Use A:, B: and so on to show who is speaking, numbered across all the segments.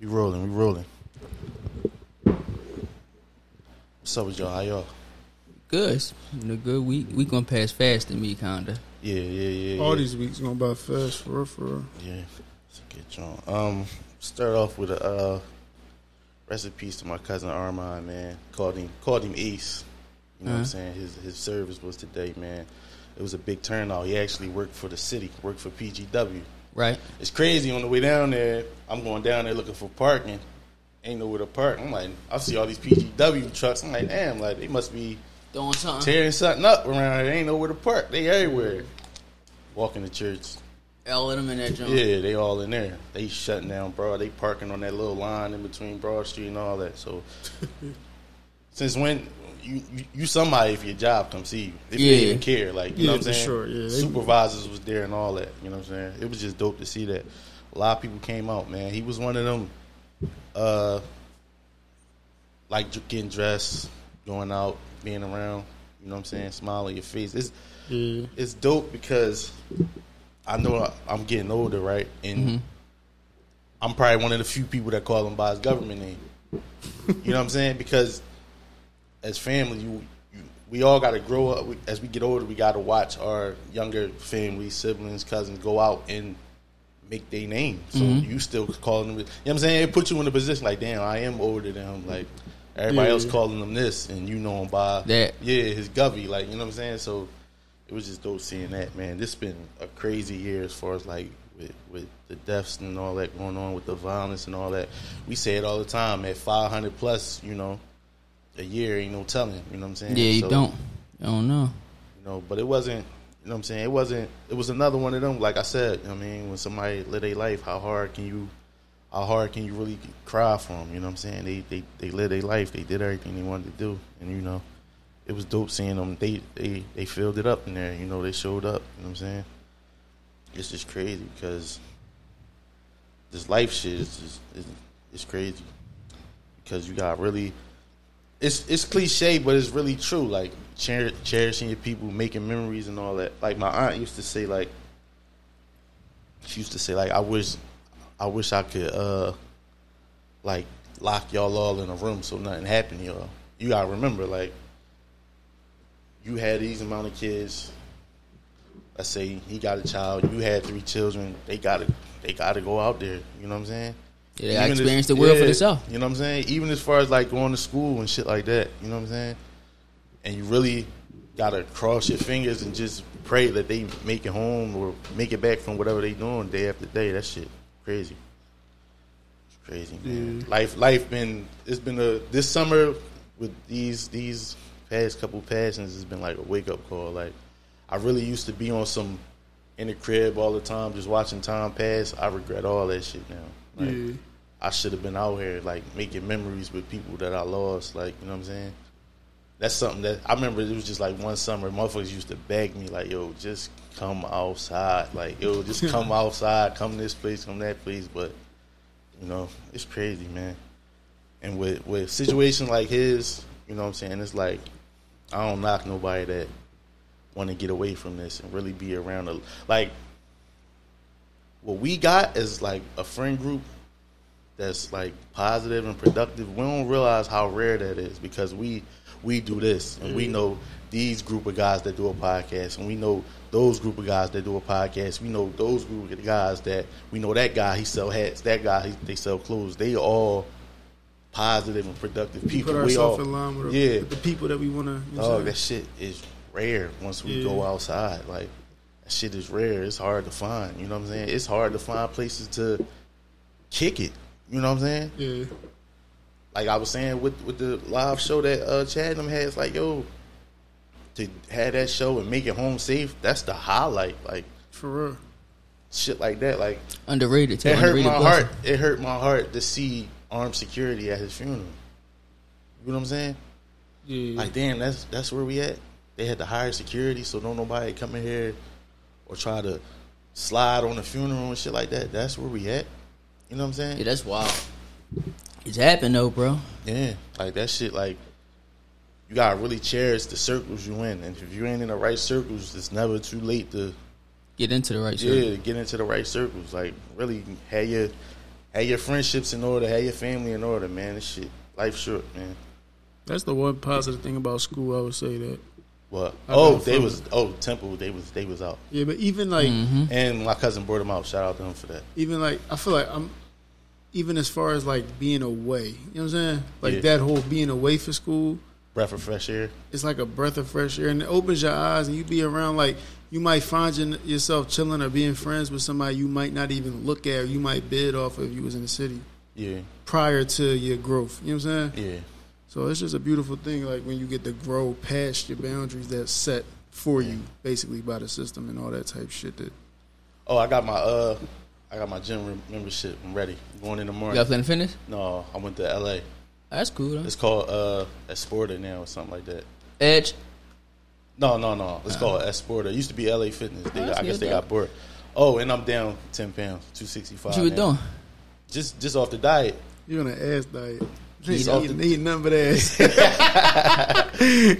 A: We rolling, we rolling. What's up with y'all? How y'all?
B: Good. It's been a good week. We gonna pass fast to me, kinda.
A: Yeah, yeah, yeah.
C: All
A: yeah.
C: these weeks going by fast for real, for real.
A: Yeah, it's a good joint. Um, start off with a uh, rest in peace to my cousin Armand. Man, called him called him Ace. You know what I'm
B: Uh-huh.
A: saying? His his service was today, man. It was a big turnout. He actually worked for the city, worked for PGW.
B: Right?
A: It's crazy on the way down there. I'm going down there looking for parking. Ain't nowhere to park. I'm like, I see all these PGW trucks. I'm like, damn, like they must be
B: Doing something
A: tearing something up around here. Ain't nowhere to park. They everywhere. Walking to church.
B: L in them in that joint.
A: Yeah, they all in there. They shutting down Broad. They parking on that little line in between Broad Street and all that. So, since when you, you you somebody if your job come see you, if
B: Yeah.
A: they even care, like you know
C: Yeah,
A: what I'm
C: for
A: saying.
C: sure, yeah. They-
A: Supervisors was there and all that. You know what I'm saying. It was just dope to see that. A lot of people came out, man. He was one of them, uh, like getting dressed, going out, being around. You know what I'm saying? Smiling your face. It's
C: Yeah.
A: it's dope because I know I- I'm getting older, right? And
C: Mm-hmm.
A: I'm probably one of the few people that call him by his government name. You know what I'm saying? Because as family, you, you we all got to grow up. We, as we get older, we got to watch our younger family, siblings, cousins go out and make their name. So
C: Mm-hmm.
A: you still calling them. You know what I'm saying? It puts you in a position like, damn, I am older than him. Like everybody
C: Yeah.
A: else calling him this, and you know him by
B: That.
A: Yeah, his govy. Like you know what I'm saying? So it was just dope seeing that, man. This been a crazy year as far as like with, with the deaths and all that going on with the violence and all that. We say it all the time at 500 plus, you know, a year ain't no telling. You know what I'm saying?
B: Yeah, you
A: So,
B: don't. You don't know.
A: You know, but it wasn't. You know what I'm saying? It wasn't. It was another one of them. Like I said, I mean, when somebody live their life, how hard can you? How hard can you really cry for them? You know what I'm saying? They they they live their life. They did everything they wanted to do, and you know, it was dope seeing them. They they they filled it up in there. You know, they showed up. You know what I'm saying? It's just crazy because this life shit is just is, is crazy because you got really. It's it's cliche, but it's really true. Like cher- cherishing your people, making memories, and all that. Like my aunt used to say, like she used to say, like I wish, I wish I could, uh like lock y'all all in a room so nothing happened to y'all. You gotta remember, like you had these amount of kids. Let's say he got a child. You had three children. They gotta they gotta go out there. You know what I'm saying?
B: Yeah, they gotta
A: Even if-
B: experience the world for
A: yeah,
B: themselves.
A: You know what I'm saying? Even as far as like going to school and shit like that. You know what I'm saying? And you really gotta cross your fingers and just pray that they make it home or make it back from whatever they doing day after day. That shit crazy. It's crazy. Man. Life, life been. It's been a this summer with these these past couple passings. It's been like a wake up call. Like I really used to be on some in the crib all the time, just watching time pass. I regret all that shit now. Like,
C: Yeah.
A: I should have been out here like making memories with people that I lost. Like you know what I'm saying. That's something that I remember. It was just like one summer, motherfuckers used to beg me like, "Yo, just come outside. Like, yo, just come outside. Come this place, come that place." But you know, it's crazy, man. And with with situations like his, you know what I'm saying? It's like I don't knock nobody that want to get away from this and really be around. A, like what we got is like a friend group that's like positive and productive. We don't realize how rare that is because we we do this and we know these group of guys that do a podcast and we know those group of guys that do a podcast. We know those group of guys that we know that guy he sell hats, that guy he, they sell clothes. They all positive and productive
C: We
A: people.
C: put
A: we all
C: ourselves in line with,
A: yeah.
C: with the people that we want to. You know
A: Oh,
C: what I'm
A: that
C: saying?
A: shit is rare once we
C: Yeah.
A: go outside. Like that shit is rare. It's hard to find. You know what I'm saying? It's hard to find places to kick it. You know what I'm saying?
C: yeah.
A: Like I was saying with with the live show that uh Chadnam had, it's like, yo, to have that show and make it home safe, that's the highlight. Like
C: For real.
A: shit like that. Like
B: Underrated too.
A: it hurt my
B: Underrated
A: heart.
B: blessing.
A: It hurt my heart to see armed security at his funeral. You know what I'm saying?
C: Yeah.
A: Like, damn, that's that's where we at. They had to hire security, so don't nobody come in here or try to slide on the funeral and shit like that. That's where we at. You know what I'm saying?
B: Yeah, that's wild. It's happened though, bro.
A: Yeah, like that shit. Like you gotta really cherish the circles you in, and if you ain't in the right circles, it's never too late to
B: Get into the right shit.
A: yeah get into the right circles. Like really have your have your friendships in order, have your family in order, man. This shit, life short, man.
C: That's the one positive thing about school. I would say that.
A: What?
C: I
A: oh,
C: got a
A: they
C: friend.
A: was oh Temple, they was they was out,
C: Yeah, but even like
B: Mm-hmm.
A: and my cousin brought them out. Shout out to him for that.
C: even like I feel like I'm even as far as like being away. You know what I'm saying? Like
A: Yeah.
C: that whole being away for school.
A: Breath of fresh air.
C: it's like a breath of fresh air and it opens your eyes and you be around like you might find your, yourself chilling or being friends with somebody you might not even look at or you might bid off if you was in the city
A: Yeah,
C: prior to your growth you know what i'm saying
A: yeah,
C: so it's just a beautiful thing like when you get to grow past your boundaries that's set for you basically by the system and all that type shit that
A: Oh, I got my uh, I got my gym rem- membership. I'm ready. going in the
B: You
A: morning.
B: got playing fitness?
A: No, I went to L.A.
B: That's cool. Though.
A: It's called uh Esporta now or something like that.
B: Edge.
A: No, no, no. It's called Esporta. It used to be L.A. Fitness. They,
B: Ah. Oh, that's
A: I guess
B: good,
A: they
B: though.
A: got bored. Oh, and I'm down ten pounds, two sixty five.
B: What you was doing?
A: Just just off the diet.
C: you're on an ass diet you
A: He's
C: ain't
A: off
C: eating, eating nothing but ass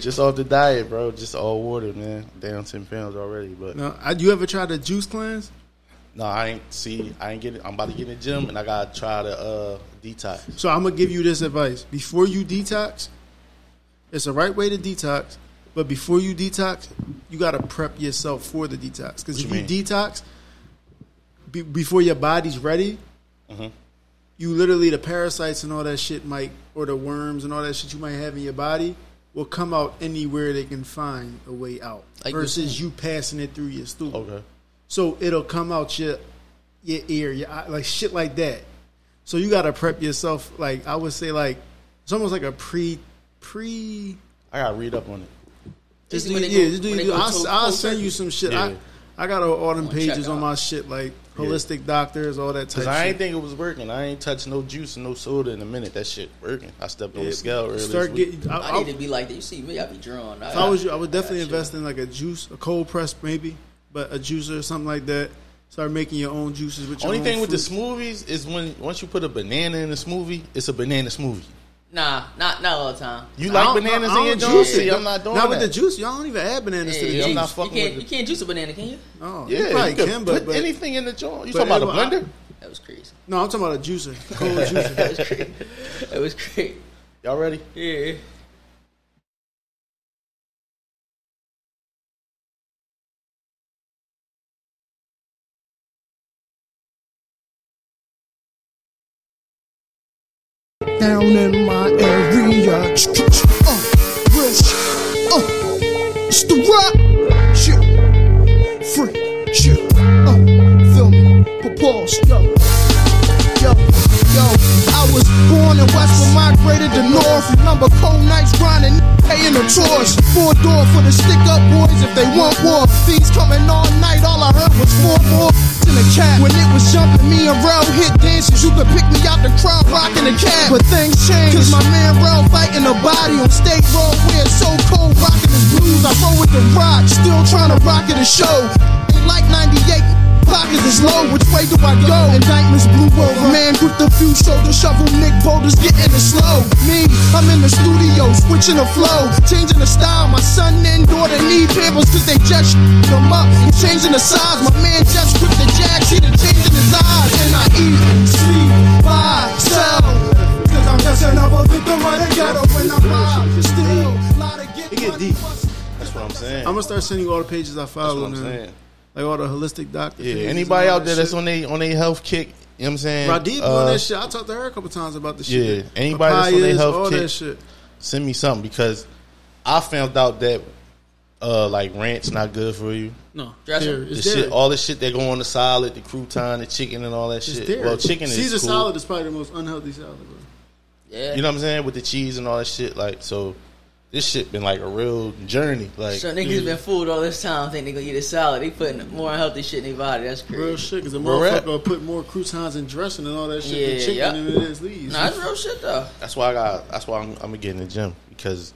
A: Just off the diet, bro. Just all water, man. Down ten pounds already, but no,
C: now I, you ever tried the juice cleanse
A: I ain't see. I ain't getting. I'm about to get in the gym, and I gotta try to uh detox.
C: So I'm gonna give you this advice: before you detox, it's the right way to detox. But before you detox, you gotta prep yourself for the detox. Because if
A: you
C: you
A: mean?
C: detox be, before your body's ready,
A: Mm-hmm.
C: you literally the parasites and all that shit might, or the worms and all that shit you might have in your body, will come out anywhere they can find a way out.
B: Like you're
C: versus you passing it through your stool.
A: Okay.
C: So it'll come out your your ear, your eye, like shit like that. So you gotta prep yourself. Like I would say, like it's almost like a pre pre.
A: I gotta read up on it.
C: Just do,
B: when they
C: yeah,
B: go-
C: just
B: when
C: do,
B: they
C: do.
B: go
C: I'll,
B: to-
C: I'll
B: cold
C: send you
B: turkey.
C: some shit.
A: Yeah.
C: I I got all them
B: Wanna check
C: pages on
B: out.
C: my shit, like holistic doctors, all that type.
A: Cause I
C: shit.
A: ain't think it was working. I ain't touched no juice and no soda in a minute. That shit working. I stepped on the scale earlier.
C: Start getting. I,
B: I
C: I,
B: need to be like that. You see me, I be drawn.
C: if I was you, I would definitely invest in like a juice, a cold press maybe, but a juicer or something like that. Start making your own juices with your
A: Only
C: own
A: thing with the
C: fruit.
A: smoothies is when once you put a banana in a smoothie, it's a banana smoothie.
D: Nah, not not all the time.
A: You
C: I
A: like
C: don't-
A: bananas
C: I
A: in your
C: don't
A: juice?
C: juice it.
A: See, I'm not doing
C: Not
A: that.
C: with the juice. Y'all don't even add bananas to the
A: I'm
D: you,
C: juice.
A: not fucking
D: you
A: with
D: can't,
A: it.
D: you can't juice a banana, can you?
C: Oh,
A: Yeah,
C: you probably
A: you could
C: can,
A: put
C: but, but
A: anything in the jar. You talking
C: but
A: about a
C: it will-
A: blender?
D: That was crazy.
C: no, I'm talking about a juicer, cold juicer.
D: That was crazy.
A: Y'all ready?
D: Yeah.
E: down in my area. Uh, rich, uh, it's the rock. Shit, free, shit, uh, feel me, propulse, yo. Yo, yo, I was born in West, but migrated to North. Number cold nights grinding, paying the chores. Four door for the stick up boys if they want war. Thieves coming all night, all I heard was four more. In the cab, when it was jumping, me and Rel hit dances. You could pick me out the crowd, rocking the cab. But things changed, cause my man Rel fighting a body on state road. Where it's so cold, rocking his blues. I roll with the rock, still trying to rock at the show. Ain't Like 98. Pockets is low, which way do I go? Indictments blew over. Man with the few shoulder shovel, Nick Boulders getting it slow. Me, I'm in the studio, switching the flow, changing the style. My son and daughter need pampers cause they just them up. I'm changing the size. My man just quit the jack, see the change in his eyes. And I eat, sleep, buy, sell. Cause I'm just another victim of the ghetto when I'm wild. Still, lot of get,
A: It get
E: money,
A: deep.
E: bust-
A: That's what I'm saying.
C: I'm gonna start sending you all the pages I
A: that's what
C: follow,
A: I'm
C: man.
A: saying.
C: Like all the holistic doctor.
A: Yeah.
C: pages
A: Anybody
C: and all
A: out there
C: that
A: that's
C: shit.
A: on they on their health kick, you know what I'm saying?
C: Radib
A: Uh,
C: on that shit. I talked to her a couple times about the
A: yeah,
C: shit.
A: anybody that's on they
C: Papayas,
A: health
C: all
A: kick.
C: that shit.
A: send me something because I found out that uh like rant's not good for you.
C: No,
D: Dressing.
C: there,
A: The
C: it's there.
A: shit, all the shit that go on the salad, the crouton, the chicken, and all that
C: it's
A: shit.
C: there.
A: Well, chicken is
C: Caesar
A: cool.
C: salad is probably the most unhealthy salad. Bro.
D: Yeah.
A: You know what I'm saying with the cheese and all that shit. Like so, this shit been like a real journey. Like
D: so niggas been fooled all this time. Think they gonna eat a salad. They putting more unhealthy shit in their body. That's crazy.
C: Real shit, because a
A: Real
C: motherfucker
A: rap.
C: will put more croutons and dressing and all that shit
D: Yeah,
C: than chicken
D: yup.
C: and it is leaves.
D: Nah, that's real shit though.
A: that's why I got. That's why I'm, I'm gonna get in the gym because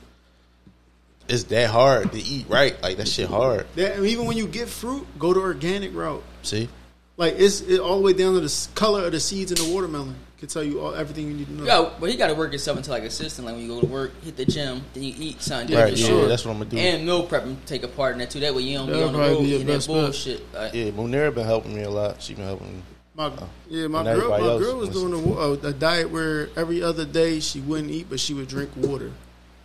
A: it's that hard to eat right. Like that shit hard.
C: That, and even when you get fruit, go to organic route.
A: See,
C: Like it's it, all the way down to the s- color of the seeds in the watermelon. Can tell you all everything you need to know.
D: Yo, but he got to work himself into like a system. Like when you go to work, hit the gym, then you eat something.
C: Yeah,
A: right?
D: different.
A: Yeah,
C: sure.
A: that's what I'm gonna do.
D: And meal prep and take a part in that too. That way you don't be
C: That'll
D: on the
C: probably
D: road
C: be your
D: eating that
C: best bet.
D: bullshit. Like,
A: yeah, Munera been helping me a lot. She been helping me.
C: My yeah, my
A: Oh. And
C: girl, my
A: everybody else
C: girl was
A: was-
C: doing a, wa- a, a diet where every other day she wouldn't eat, but she would drink water.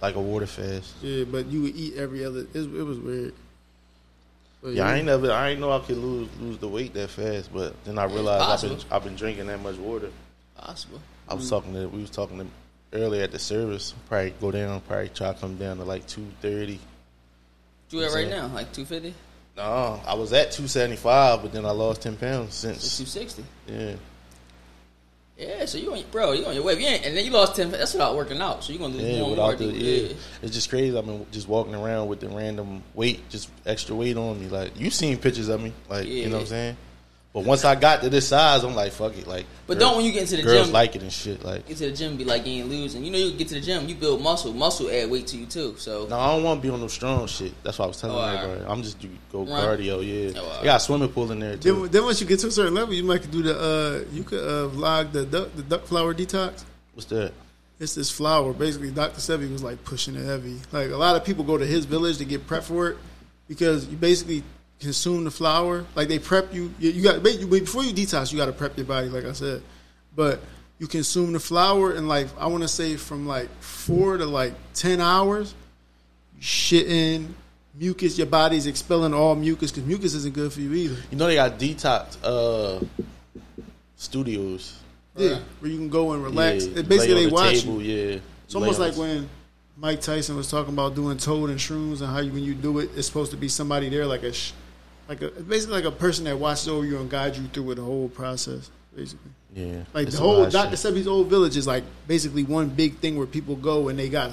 A: like a water fast.
C: Yeah, but you would eat every other. It, it was weird. But
A: Yeah, I ain't never. I ain't know I could lose lose the weight that fast, but then I realized I've been
D: possible.
A: I've been drinking that much water.
D: Possible.
A: I was talking to we was talking to earlier at the service. Probably go down. Probably try to come down to like two thirty.
D: Do it right
A: Yeah.
D: now, like 250,
A: No, I was at two seventy five, but then I lost ten pounds since.
D: 260.
A: Yeah,
D: Yeah, so you on your, bro, you on your way. You ain't, and then you lost 10. That's without working out. So you're going to lose
A: yeah.
D: more and more.
A: Without the yeah, it's just crazy. I've been just walking around with the random weight, just extra weight on me. Like you seen pictures of me, like you know what I'm
D: Yeah.
A: saying. But once I got to this size, I'm like, fuck it, like.
D: But
A: girl-
D: don't when you get into the
A: girls
D: gym-
A: like it and shit, like.
D: Get to the gym, be like you ain't losing. You know, you get to the gym, you build muscle. Muscle add weight to you too. So
A: No, I don't want to be on no strong shit. That's what I was telling
D: Oh, all right.
A: everybody. I'm just do go
D: Run.
A: cardio. Yeah,
D: Oh, all
A: they got a swimming pool in there too.
C: Then, then once you get to a certain level, you might could do the uh, you could uh, vlog the duck, the duck flower detox.
A: What's that?
C: It's this flower. Basically, Dr. Sebi was like pushing it heavy. Like a lot of people go to his village to get prep for it because you basically consume the flower. Like they prep you. You, you got ba- you- before you detox, you got to prep your body. Like I said, but you consume the flower and like I want to say from like four to like ten hours, shitting mucus. Your body's expelling all mucus because mucus isn't good for you either.
A: You know they got detox uh, studios.
C: Yeah, where you can go and relax.
A: Yeah,
C: It
A: lay on
C: basically, they
A: the
C: watch you.
A: table, Yeah,
C: It's almost
A: Lay on
C: like
A: the-
C: when Mike Tyson was talking about doing toad and shrooms and how you, when you do it, it's supposed to be somebody there, like a, sh- like a, basically like a person that watches over you and guides you through the whole process, basically.
A: yeah,
C: Like
A: it's
C: the
A: a lot
C: whole
A: of
C: Dr.
A: shit.
C: Sebi's old village is like basically one big thing where people go and they got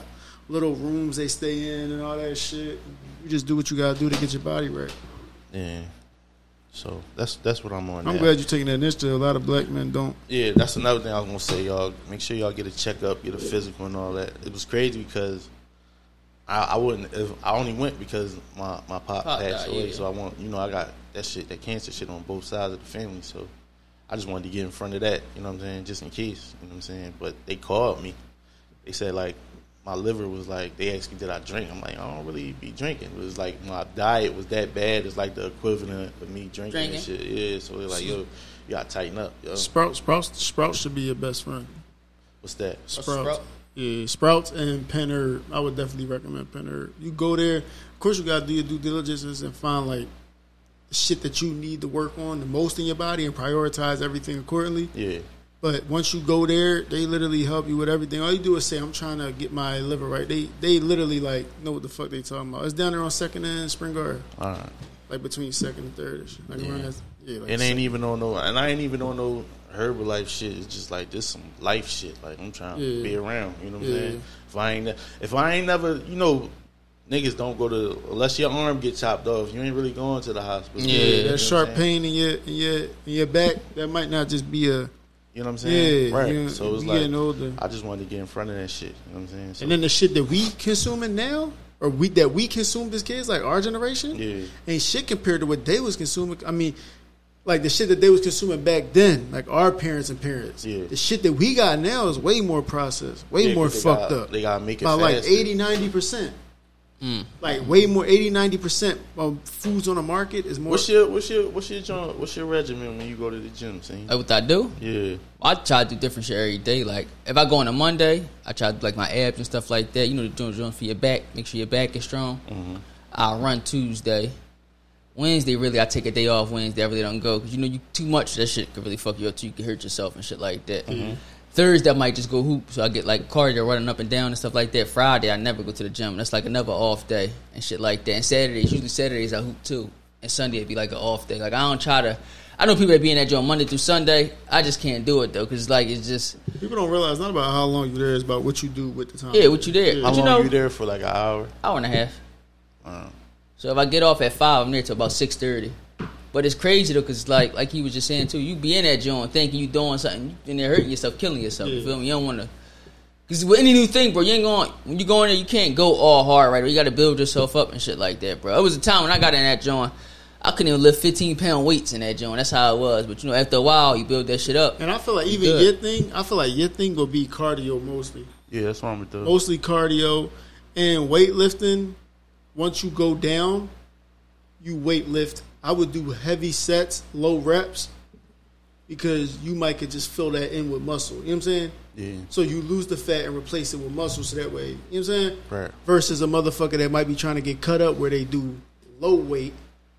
C: little rooms they stay in and all that shit. You just do what you gotta do to get your body right.
A: Yeah, so that's that's what I'm on.
C: I'm
A: now.
C: glad you're taking that initiative. A lot of black men don't.
A: Yeah, that's another thing I was gonna say, y'all. Make sure y'all get a checkup, get a physical, and all that. It was crazy because I, I wouldn't. If, I only went because my my pop,
D: Pop
A: passed
D: died,
A: away,
D: yeah.
A: so I want you know I got that shit, that cancer shit on both sides of the family. So I just wanted to get in front of that, you know what I'm saying, just in case, you know what I'm saying. But they called me. They said like my liver was like. They asked me did I drink. I'm like I don't really be drinking. It was like my diet was that bad. It's like the equivalent of me drinking, and
D: Drinking.
A: shit. Yeah. So they're like yo, you gotta tighten up. Yo.
C: Sprouts, sprouts, sprouts should be your best friend.
A: What's that?
C: Sprouts.
D: Sprout?
C: Yeah, Sprouts and Penner. I would definitely recommend Penner. You go there. Of course, you gotta do your due diligence and find like shit that you need to work on the most in your body and prioritize everything accordingly.
A: Yeah.
C: But once you go there, they literally help you with everything. All you do is say, "I'm trying to get my liver right." They they literally like know what the fuck they talking about. It's down there on Second and Spring Garden,
A: All right.
C: like between Second and Third. and shit. Like around that, yeah, like
A: It ain't even on no, and I ain't even on no Herbalife shit. It's just like this some life shit. Like I'm trying to
C: Yeah.
A: be around. You know what
C: Yeah.
A: I'm saying? If I ain't, if I ain't never, you know, niggas don't go to unless your arm get chopped off. You ain't really going to the hospital.
B: Yeah.
A: You
C: yeah,
A: know
C: that
A: what
C: sharp
A: I'm saying?
C: pain in your in your in your back. That might not just be a
A: You know what I'm saying?
C: yeah.
A: right.
C: you-
A: so it's
C: you
A: like
C: getting older.
A: I just wanted to get in front of that shit. You know what I'm saying? So,
C: And then the shit that we consuming now, or we that we consumed as kids, like our generation,
A: Yeah.
C: ain't shit compared to what they was consuming. I mean, like the shit that they was consuming back then, like our parents and parents.
A: Yeah.
C: The shit that we got now is way more processed, way
A: Yeah,
C: more
A: 'cause they
C: fucked
A: gotta-
C: up.
A: they gotta make it
C: by like
A: faster.
C: 80, 90 percent.
B: Mm.
C: Like way more 80, 90 percent of foods on the market is more.
A: what's your what's your what's your joint, what's your regimen when you go to the gym? See?
C: Uh,
B: Like what I do?
A: Yeah.
B: I try to do different shit every day. Like if I go on a Monday, I try to do like my abs and stuff like that. You know, the joint joint for your back. Make sure your back is strong. I run Tuesday. Wednesday, really, I take a day off Wednesday. I really don't go because you know you too much. That shit could really fuck you up. Too. You can hurt yourself and shit like that. Thursday, I might just go hoop, so I get like cardio running up and down and stuff like that. Friday, I never go to the gym. That's like another off day and shit like that. And Saturdays, usually Saturdays I hoop too, and Sunday it'd be like an off day. Like I don't try to. I know people that be in that joint Monday through Sunday. I just can't do it though, cause like it's just
C: people don't realize it's not about how long you there, it's about what you do with the time.
B: yeah, what you did.
A: How
B: But you
A: long
B: know,
A: you there for? Like an hour.
B: hour and a half. So if I get off at five, I'm there till about six thirty. But it's crazy though, cause like like he was just saying too, you be in that joint thinking you doing something, you in there hurting yourself, killing yourself. You
C: Yeah.
B: feel me? You don't want to, cause with any new thing, bro, you ain't going. When you go in there, you can't go all hard right. away. You got to build yourself up and shit like that, bro. It was a time when I got in that joint, I couldn't even lift fifteen pound weights in that joint. That's how it was. But you know, after a while, you build that shit up.
C: And I feel like even
B: good.
C: your thing, I feel like your thing will be cardio mostly.
A: Yeah, that's what I'm gonna do.
C: mostly cardio and weightlifting. Once you go down, you weightlift. I would do heavy sets, low reps, because you might could just fill that in with muscle. You know what I'm saying?
A: Yeah.
C: So you lose the fat and replace it with muscle, so that way, you know what I'm saying?
A: Right.
C: Versus a motherfucker that might be trying to get cut up where they do low weight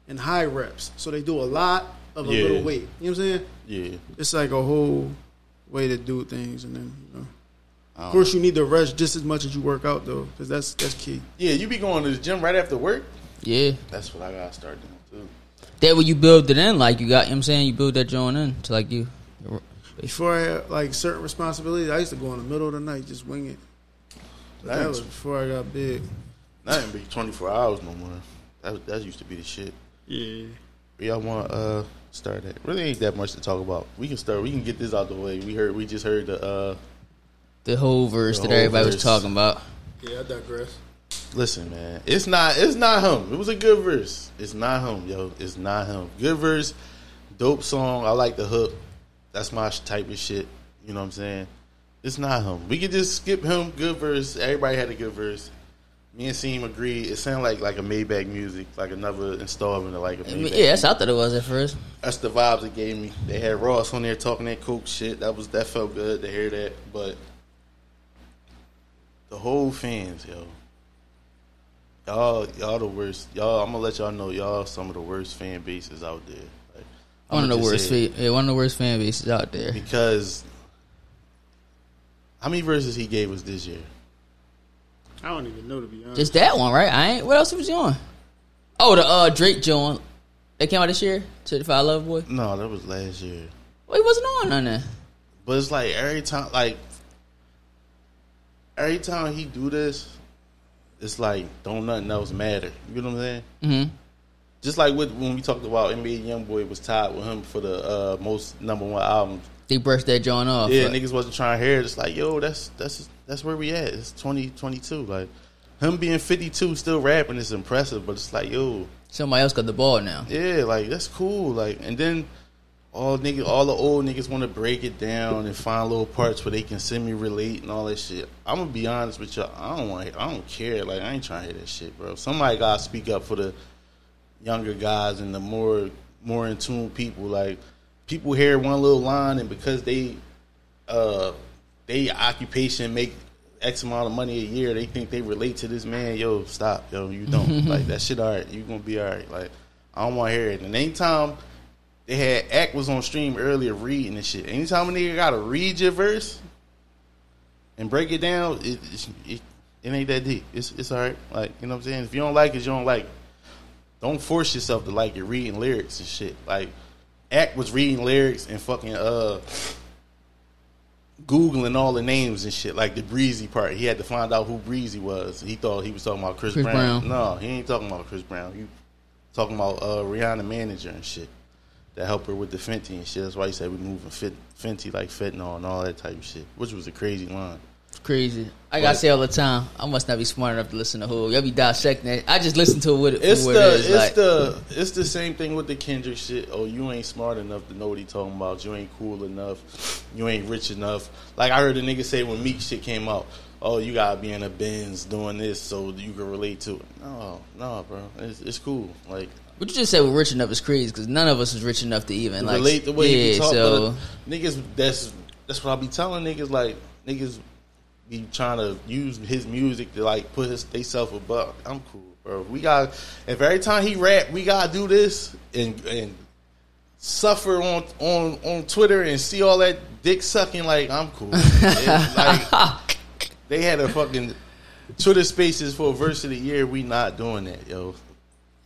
C: and high reps. So they do a lot of a
A: Yeah.
C: little weight. You know what I'm saying?
A: Yeah.
C: It's like a whole way to do things, and then you know.
A: Um,
C: Of course, you need to rest just as much as you work out, though, because that's that's key.
A: Yeah, you be going to the gym right after work.
B: Yeah.
A: That's what I gotta start doing too.
B: That way you build it in, like you got, you know what I'm saying? You build that joint in to like you.
C: Before I had like certain responsibilities, I used to go in the middle of the night just wing it. But that
A: Nice.
C: was before I got big.
A: Not even be twenty four hours no more. That that used to be the shit.
C: Yeah.
A: Y'all want uh start it? Really ain't that much to talk about. We can start. We can get this out the way. We heard. We just heard the. uh
B: The whole verse
A: The
B: that
A: whole
B: everybody
A: verse.
B: was talking about.
C: Yeah, I digress.
A: Listen, man. It's not. It's not him. It was a good verse. It's not him, yo. It's not him. Good verse. Dope song. I like the hook. That's my sh- type of shit. You know what I'm saying? It's not him. We could just skip him. Good verse. Everybody had a good verse. Me and Seam agreed. It sounded like like a Maybach music, like another installment of like a
B: I
A: Maybach.
B: mean, yeah, that's how I thought it was at first.
A: that's the vibes it gave me. They had Ross on there talking that coke shit. That was that felt good to hear that. But the whole fans, yo, y'all, y'all the worst. Y'all, I'm gonna let y'all know y'all some of the worst fan bases out there. Like,
B: One of
A: I'ma
B: the
A: just
B: worst,
A: say it
B: fa- yeah, one of the worst fan bases out there.
A: because how many verses he gave us this year?
C: I don't even know to be honest.
B: Just that one, right? I ain't. What else was you on? Oh, the uh, Drake joint that came out this year. Certified Love Boy.
A: No, that was last year.
B: Well, he wasn't on on that.
A: But it's like every time, like every time he do this, it's like don't nothing else matter. You know what I'm saying?
B: Mm-hmm.
A: Just like with when we talked about NBA YoungBoy was tied with him for the uh, most number one album.
B: They brushed that joint off. Uh,
A: yeah,
B: but-
A: niggas wasn't trying to hear. it. It's like, yo, that's that's that's where we at. It's twenty twenty two. Like him being fifty two, still rapping is impressive. But it's like, yo,
B: Somebody else got the ball now.
A: yeah, like that's cool. Like, and then all niggas, all the old niggas want to break it down and find little parts where they can semi relate and all that shit. I'm gonna be honest with y'all. I don't want. I don't care. Like, I ain't trying to hear that shit, bro. Somebody gotta speak up for the younger guys and the more more in tune people. Like, people hear one little line and because they uh they occupation make X amount of money a year, they think they relate to this man. Yo, stop, yo, you don't like that shit. All right, you gonna be all right. Like I don't want to hear it. And anytime they had Act was on stream earlier reading and shit. Anytime a nigga gotta read your verse and break it down, it it, it, it ain't that deep. It's it's all right. Like you know what I'm saying. If you don't like it, you don't like it. Don't force yourself to like it. Reading lyrics and shit. Like Act was reading lyrics and fucking uh googling all the names and shit, like the Breezy part. He had to find out who Breezy was. He thought he was talking about Chris,
B: Chris
A: Brown.
B: Brown.
A: No, he ain't talking about Chris Brown. You talking about uh, Rihanna manager and shit that helped her with the Fenty and shit. That's why he said we moving fit, Fenty like fentanyl and all that type of shit, which was a crazy line.
B: It's crazy. I gotta
A: But-
B: say all the time, I must not be smart enough to listen to who. Y'all be dissecting it. I just listen to what it,
A: It's
B: what
A: the
B: it is.
A: it's
B: like,
A: the it's the same thing with the Kendrick shit. Oh, you ain't smart enough to know what he talking about. You ain't cool enough. You ain't rich enough. Like I heard a nigga say when Meek shit came out. Oh, you gotta be in a Benz doing this so you can relate to it. No, no, bro, it's it's cool. Like
B: what you just said with rich enough is crazy because none of us is rich enough to even like
A: relate the way you
B: yeah.
A: talk.
B: so
A: but uh, niggas, that's that's what I be telling niggas. Like niggas be trying to use his music to like put his they self above. I'm cool, bro. We got if every time he rap, we gotta do this and and suffer on on on Twitter and see all that dick sucking. Like I'm cool. It's like they had a fucking Twitter Spaces for verse of the year. We not doing that, yo.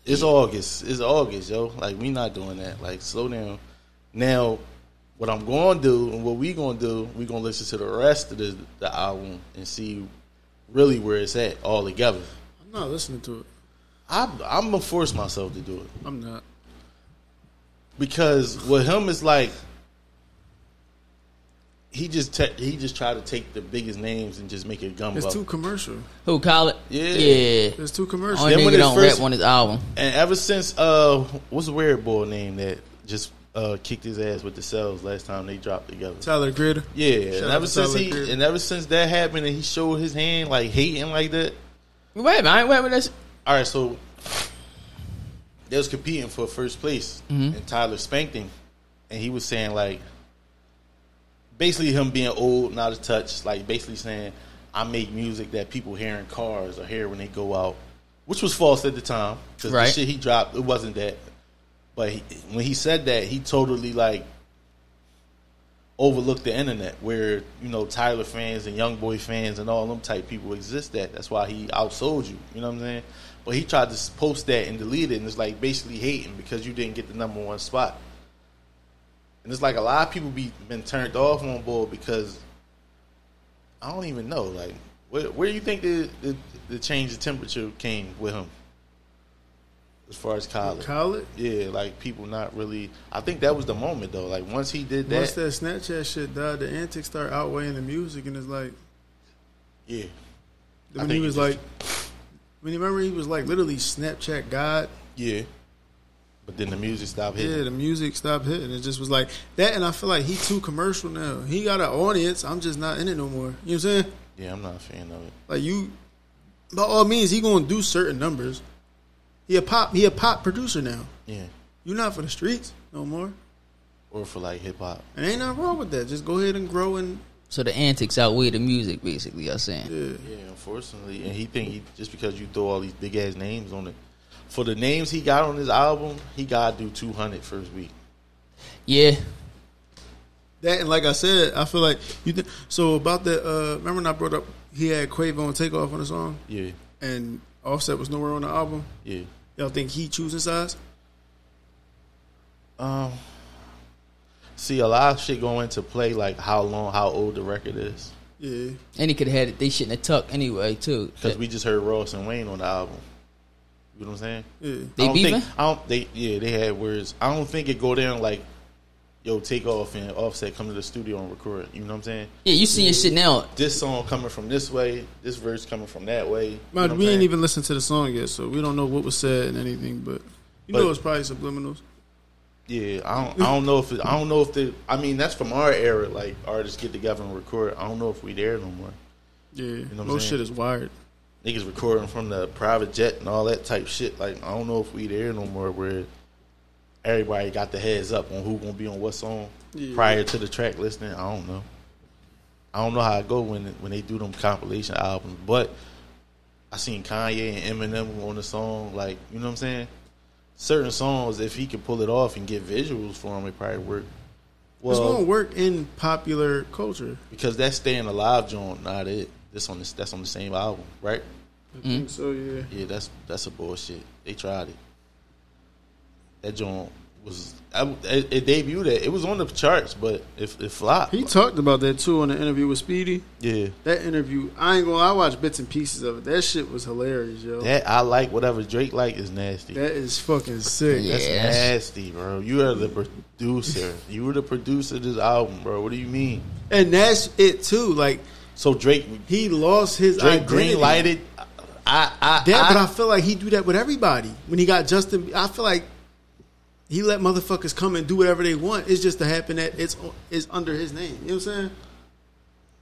A: It's August. It's August, yo. Like we not doing that. Like slow down. Now, what I'm going to do and what we going to do, we going to listen to the rest of the, the album and see really where it's at all together.
C: I'm not listening to it.
A: I, I'm gonna force myself to do it
C: I'm not.
A: because with him it's like he just te- he just tried to take the biggest names and just make it gum
C: It's
A: up.
C: too commercial.
B: who call it?
A: Yeah.
B: yeah.
C: It's
A: Oh,
C: too commercial.
B: Only
A: Then when
B: nigga
A: his
B: don't
A: first-
B: rap on his album.
A: And ever since uh, what's the weird boy name that just uh kicked his ass with the cells last time they dropped together?
C: Tyler Gritter.
A: Yeah,
C: Shout
A: and
C: out
A: ever
C: to
A: since
C: Tyler
A: he
C: Creator.
A: and ever since that happened and he showed his hand like hating like that.
B: Wait, man, I ain't rapping that. Shit.
A: All right, so
C: Mm-hmm.
A: they was competing for first place, and Tyler spanked him, and he was saying like, basically him being old and out of touch, like basically saying, I make music that people hear in cars or hear when they go out, which was false at the time. 'cause the
B: Right.
A: shit he dropped, it wasn't that. But he, when he said that, he totally like overlooked the internet, where you know Tyler fans and YoungBoy fans and all them type people exist. That that's why he outsold you. You know what I'm saying? But he tried to s- post that and delete it, and it's like basically hating because you didn't get the number one spot. And it's like a lot of people be been turned off on board because I don't even know. Like, where, where do you think the, the the change of temperature came with him? As far as college,
C: Khaled.
A: yeah, like people not really. I think that was the moment though. Like once he did that,
C: Once that Snapchat shit died, the antics start outweighing the music, and it's like
A: yeah, I
C: when he
A: think
C: was
A: it
C: like, when you remember he was like literally Snapchat God.
A: yeah. But then the music stopped hitting.
C: Yeah, the music stopped hitting. It just was like that, and I feel like he too commercial now. He got an audience. I'm just not in it no more. You know what I'm saying?
A: Yeah, I'm not a fan of it.
C: Like you, by all means, he gonna do certain numbers. He a pop. He a pop producer now.
A: Yeah,
C: You not for the streets no more.
A: or for like hip hop.
C: And ain't nothing wrong with that. Just go ahead and grow and
B: So the antics outweigh the music, basically. I'm saying.
C: yeah.
A: Yeah, unfortunately, and he think he just because you throw all these big ass names on it. For the names he got on his album, he got to do 200 first week.
B: Yeah,
C: That and like I said, I feel like you. Th- so about the uh, remember when I brought up he had Quavo and Takeoff on the song,
A: Yeah,
C: and Offset was nowhere on the album.
A: yeah.
C: Y'all think he choosing sides?
A: Um, see, a lot of shit go into play, like how long, how old the record is.
C: Yeah,
B: and he could have had it. They shouldn't have tucked anyway, too.
A: Because we just heard Ross and Wayne on the album. You know what I'm saying?
C: yeah.
B: They
A: I don't
B: beefing?
A: think I don't they yeah, they had words. I don't think it go down like yo, take off and offset come to the studio and record. You know what I'm saying?
B: yeah, you seeing shit now.
A: This song coming from this way, this verse coming from that way. You know
C: Man,
A: what I'm
C: we ain't
A: saying?
C: even listened to the song yet, so we don't know what was said and anything. But you
A: But-
C: know, it's probably subliminals.
A: Yeah, I don't. I don't know if it, I don't know if the. I mean, that's from our era. Like artists get together and record. I don't know if we there no more.
C: Yeah,
A: what I'm
C: most
A: saying?
C: shit is wired.
A: Niggas recording from the private jet and all that type shit. Like I don't know if we there no more. Where everybody got the heads up on who gonna be on what song
C: Yeah.
A: prior to the track listening. I don't know. I don't know how it go when when they do them compilation albums, but I seen Kanye and Eminem on the song. Like you know what I'm saying. Certain songs, if he could pull it off and get visuals for them, it probably work.
C: it's gonna work in popular culture.
A: because that staying alive joint not it. This on this that's on the same album, right?
C: I
A: Mm-hmm.
C: think so. Yeah,
A: Yeah, that's that's a bullshit. They tried it. That joint was I, it, it debuted it. It was on the charts, but if it, flopped,
C: he talked about that too on the interview with Speedy.
A: yeah.
C: That interview, I ain't gonna. lie, I watched bits and pieces of it. That shit was hilarious, yo.
A: That I like whatever Drake like is nasty.
C: that is fucking sick.
B: Yeah.
A: that's
B: that's-
A: nasty, bro. You are the producer. you were the producer of this album, bro. What do you mean?
C: And that's it too. Like
A: So Drake
C: he lost his
A: Drake
C: identity.
A: green lighted. I I,
C: That, but
A: I
C: I feel like he do that with everybody. When he got Justin, I feel like he let motherfuckers come and do whatever they want. It's just to happen that it's it's under his name. You know what I'm saying?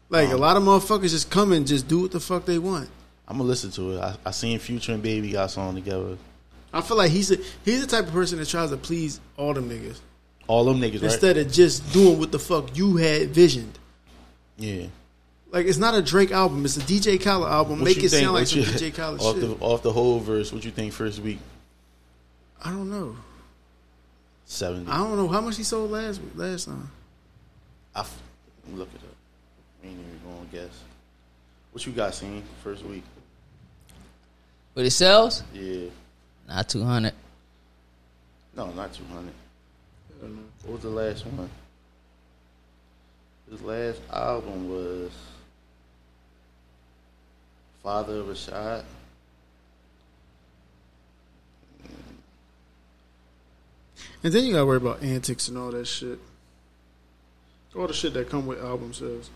C: Like a lot of motherfuckers just come and just do what the fuck they want.
A: I'm gonna listen to it. I, I seen Future and Baby got song together.
C: I feel like he's a, he's the type of person that tries to please all them niggas
A: All them niggas, right?
C: instead of just doing what the fuck you had visioned.
A: Yeah.
C: Like it's not a Drake album; it's a DJ Khaled album.
A: What
C: Make
A: you
C: it sound like
A: what
C: some
A: you-
C: DJ Khaled
A: off
C: shit.
A: The, off the whole verse, what you think first week?
C: I don't know.
A: 70.
C: I don't know how much he sold last week, last time.
A: I f- let me look it up. We ain't even going to guess. What you got, seen first week?
B: But it sells?
A: Yeah.
B: Not 200.
A: No, not 200. What was the last one? His last album was Father of a Shot.
C: And then you gotta worry about antics and all that shit. All the shit that come with album sales.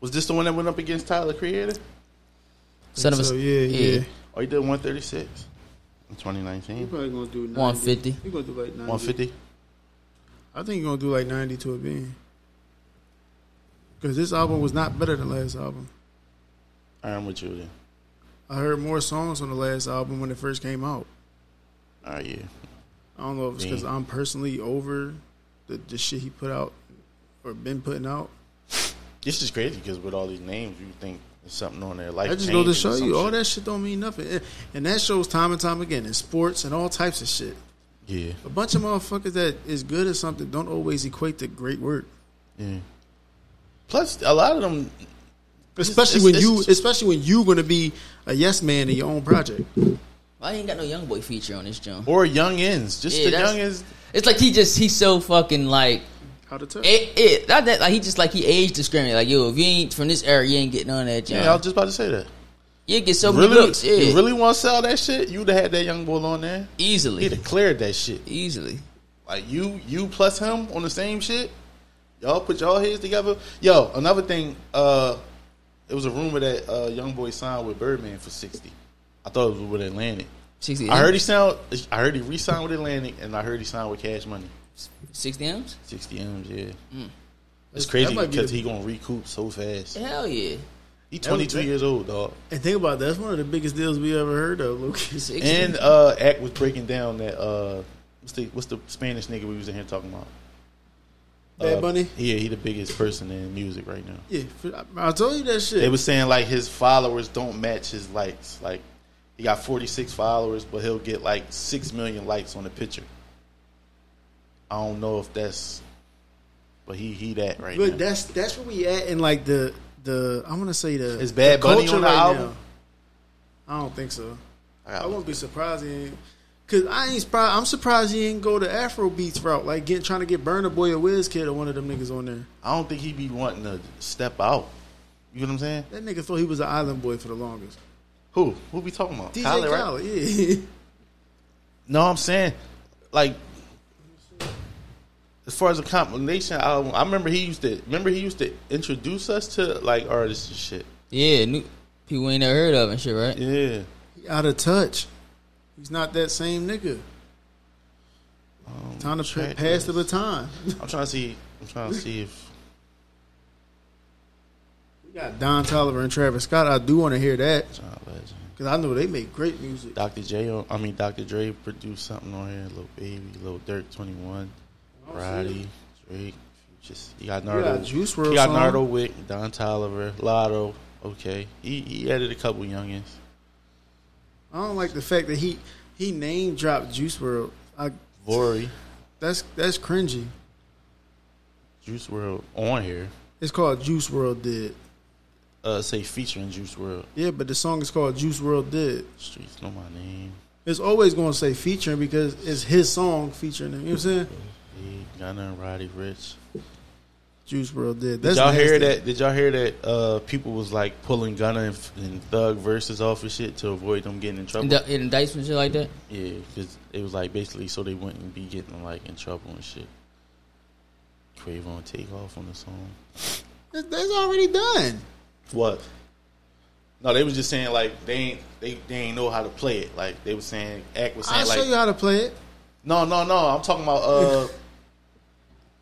A: Was this the one that went up against Tyler Creator?
B: Son of a.
C: So yeah, yeah.
A: Oh, he did 136 in
C: You
A: 2019.
C: probably gonna do 90.
B: 150.
C: You gonna do like ninety.
A: 150?
C: I think you're gonna do like ninety to a band. Cause this album was not better than last album.
A: All right, I'm with you then.
C: I heard more songs on the last album when it first came out.
A: All right, yeah.
C: I don't know if it's because
A: Damn.
C: I'm personally over the, the shit he put out or been putting out.
A: This is crazy because with all these names, you think there's something on their life.
C: I just go to show you, all that shit don't mean nothing, And- and that shows time and time again in sports and all types of shit.
A: Yeah,
C: A bunch of motherfuckers that is good at something don't always equate to great work,
A: yeah. Plus, a lot of them.
C: especially
A: it's-
C: when
A: it's-
C: you, especially when you gonna be a yes man in your own project.
B: Why ain't got no young boy feature on this jump?
A: Or young ends, just
B: Yeah,
A: the
B: that's-
A: young ends.
B: It's like he just he's so fucking like
C: How to tell?
B: it, it not that like he just like he age discriminate like yo if you ain't from this era you ain't getting on that
A: Yeah,
B: jump
A: I was just about to say that.
B: you get so many
A: Really,
B: looks yeah
A: you really want to sell that shit? You'd have had that young boy on there. He'd
B: easily
A: have cleared that shit.
B: easily
A: Like you, you plus him on the same shit. Y'all put y'all heads together. Yo, another thing. Uh, it was a rumor that uh, young boy signed with Birdman for sixty. I thought it was with Atlantic.
B: 60
A: I heard he sound. I heard he re-signed with Atlantic, and I heard he signed with Cash Money.
B: 60 M's
A: Sixty m's, yeah. It's crazy
C: might be
A: because
C: the-
A: he gonna recoup so fast.
B: hell yeah
A: He twenty two
C: that-
A: years old, dog.
C: And think about that. That's one of the biggest deals we ever heard of, Lucas.
B: 60
A: And uh, Act was breaking down that uh, what's the what's the Spanish nigga we was in here talking about?
C: Bad
A: Uh,
C: Bunny.
A: Yeah, he the biggest person in music right now.
C: Yeah, for- I, I told you that shit.
A: They was saying like his followers don't match his likes. Like he got forty six followers, but he'll get like six million likes on a picture. I don't know if that's, but he he that right
C: but
A: now.
C: that's that's where we at in like the the I want to say the
A: Is Bad
C: the
A: Bunny
C: culture
A: on the album?
C: now. I don't think so.
A: I got
C: I wouldn't be surprised he ain't- Cause I ain't surprised. I'm surprised he ain't go the Afro beats route, like getting trying to get Burner Boy or WizKid or one of them niggas on there.
A: I don't think he be wanting to step out. You know what I'm saying?
C: That nigga thought he was an island boy for the longest.
A: Who? Who we talking about?
C: DJ
A: Khaled,
C: Khaled,
A: right?
C: yeah.
A: No, I'm saying, like, as far as a compilation album, I remember he used to remember he used to introduce us to like artists and shit.
B: yeah new people we ain't never heard of and shit right
A: Yeah,
C: He out of touch. He's not that same nigga.
A: Um,
C: Time to pa-
A: check
C: pass the baton.
A: I'm trying to see. I'm trying to see if
C: we got Don Tolliver and Travis Scott. I do want to hear that
A: John Legend,
C: because I know they make great music.
A: Dr. J, on- I mean Dr. Dre produced something on here. Little Baby, Little Dirk, Twenty One,
C: Oh,
A: Roddy, Drake. Just you got Nardo,
C: Juice
A: you
C: WRLD
A: got
C: song.
A: Nardo Wick, Don Tolliver, Lotto. Okay, he he added a couple youngins.
C: I don't like the fact that he he name dropped Juice World. I,
A: Vori,
C: that's that's cringy.
A: Juice World on here.
C: It's called Juice World Did.
A: Uh, say featuring Juice World.
C: Yeah, but the song is called Juice World Did.
A: Streets know my name.
C: It's always going to say featuring because it's his song featuring him. You know what I'm saying?
A: Big Gunna and Roddy Rich.
C: Juice World Did.
A: Did
C: That's
A: y'all hear
C: nasty.
A: that? Did y'all hear that? Uh, people was like pulling Gunna and, and Thug verses off and shit to avoid them getting in trouble.
B: and, the, and dice and shit like that
A: yeah, because it was like basically so they wouldn't be getting like in trouble and shit. Quavo and take off on the song.
C: That- That's already done.
A: What? No, they was just saying like they ain't they, they ain't know how to play it. Like they was saying, act was saying
C: I'll
A: like
C: show you how to play it.
A: No, no, no. I'm talking about uh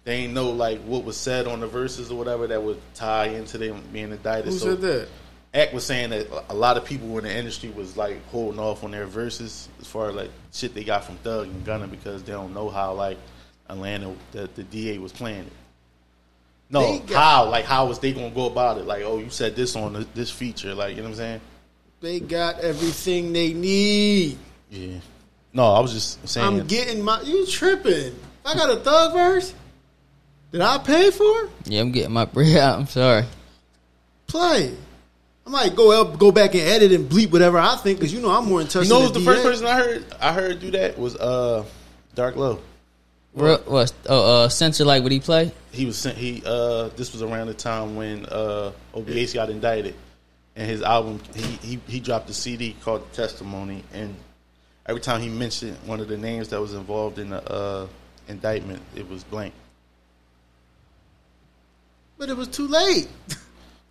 A: they ain't know like what was said on the verses or whatever that would tie into them being indicted.
C: Who
A: so
C: said that?
A: Act was saying that a lot of people in the industry was like holding off on their verses as far as like shit they got from Thug and Gunna because they don't know how like Atlanta that the DA was playing it. No,
C: They got-
A: how like how was they gonna go about it? Like, oh, you said this on th- this feature, like you know what I'm saying?
C: They got everything they need.
A: Yeah. No, I was just saying.
C: I'm getting my. You tripping? I got a thug verse. Did I pay for it?
B: yeah I'm getting my bread out I'm sorry
C: play. I might go up, go back and edit and bleep whatever I think because you know I'm more in touch.
A: You know
C: than
A: who's the first
C: DA.
A: person I heard I heard do that was uh Dark Low.
B: Real, what oh uh censor like what he play
A: He was sent he uh this was around the time when uh OBH got indicted and his album he, he he dropped a CD called Testimony and every time he mentioned one of the names that was involved in the uh indictment it was blank.
C: But it was too late.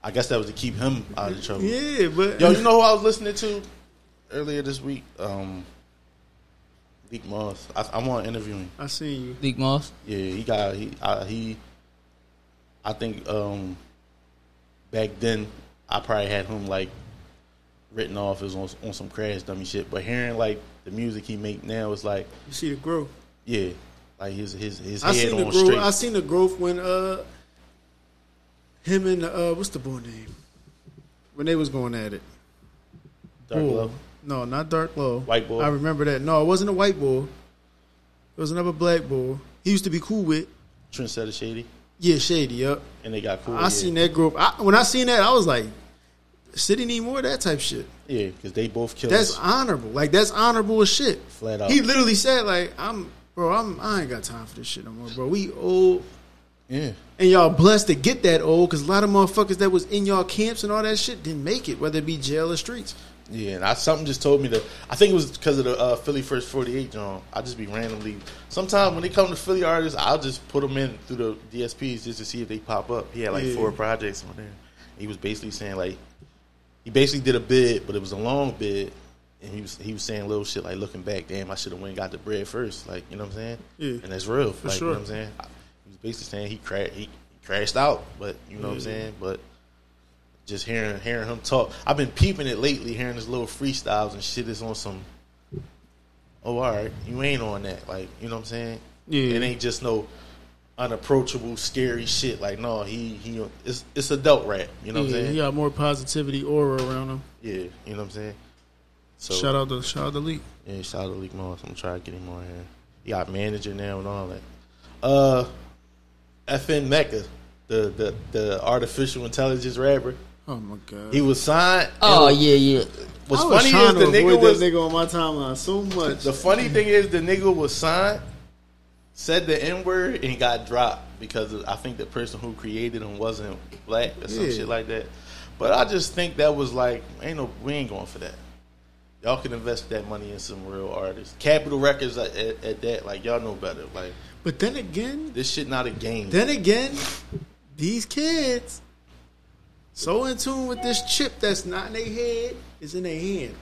A: I guess that was to keep him out of trouble.
C: yeah, but
A: Yo, you know who I was listening to earlier this week? Um Deek Moss. I, I want to interview him.
C: I seen you.
B: Leak Moss
A: Yeah, he got he I, he. I think um back then I probably had him like written off as on, on some crash dummy shit. But hearing like the music he make now is like
C: You see the growth.
A: yeah, Like his his his
C: I
A: head
C: seen the
A: on
C: growth.
A: straight.
C: I seen the growth when uh him and uh what's the boy name when they was going at it.
A: Dark
C: Bull.
A: Love.
C: No, not dark low.
A: White Bull.
C: I remember that. No, it wasn't a white bull. It was another black bull. He used to be cool with.
A: Trent said it shady,
C: Yeah, shady. Yep.
A: and they got cool.
C: I
A: Oh, yeah.
C: seen that group. I, when I seen that, I was like, "City need more of that type shit."
A: Yeah, because they both killed.
C: That's honorable. Like that's honorable as shit.
A: Flat out.
C: He literally said, "Like I'm, bro. I'm. I ain't got time for this shit no more, bro. We old."
A: yeah.
C: And y'all blessed to get that old because a lot of motherfuckers that was in y'all camps and all that shit didn't make it, whether it be jail or streets.
A: Yeah, and I something just told me that I think it was because of the uh, Philly First Forty Eight John. I just be randomly. Sometimes when they come to Philly artists, I'll just put them in through the DSPs just to see if they pop up. He had like
C: Yeah.
A: four projects on there. He was basically saying like he basically did a bid, but it was a long bid, and he was he was saying little shit like looking back, damn, I should have went and got the bread first, like you know what I'm saying?
C: Yeah.
A: and that's real, like
C: sure.
A: you know what I'm saying. I- He was basically saying he crashed he crashed out, but you know what I'm saying, but just hearing hearing him talk. I've been peeping it lately, hearing his little freestyles and shit is on some. Oh, all right, you ain't on that. Like you know what I'm saying?
C: Yeah.
A: It ain't just no unapproachable, scary shit. Like no, he he, it's it's adult rap. You know what I'm
C: yeah,
A: saying?
C: he
A: Yeah.
C: got more positivity aura around him.
A: you know what I'm saying. So
C: Shout out to shout out to Leak.
A: yeah, shout out to Leak Moss. I'm gonna try to get him on here. He got manager now and all that. Uh, FN Mecca, the the the artificial intelligence rapper.
C: Oh my god.
A: He was signed.
B: Oh yeah, yeah.
A: What's
C: I was
A: funny
C: trying
A: is the
C: to
A: nigga
C: avoid
A: was
C: that nigga on my timeline so much.
A: the funny thing is the nigga was signed, said the n word and got dropped because of- I think the person who created him wasn't black or some
C: Yeah.
A: shit like that. But I just think that was like ain't no we ain't going for that. Y'all can invest that money in some real artists. Capitol Records at, at, at that like y'all know better. Like
C: but then again,
A: this shit not a game.
C: then again, these kids so in tune with this chip that's not in their head, it's in their hand.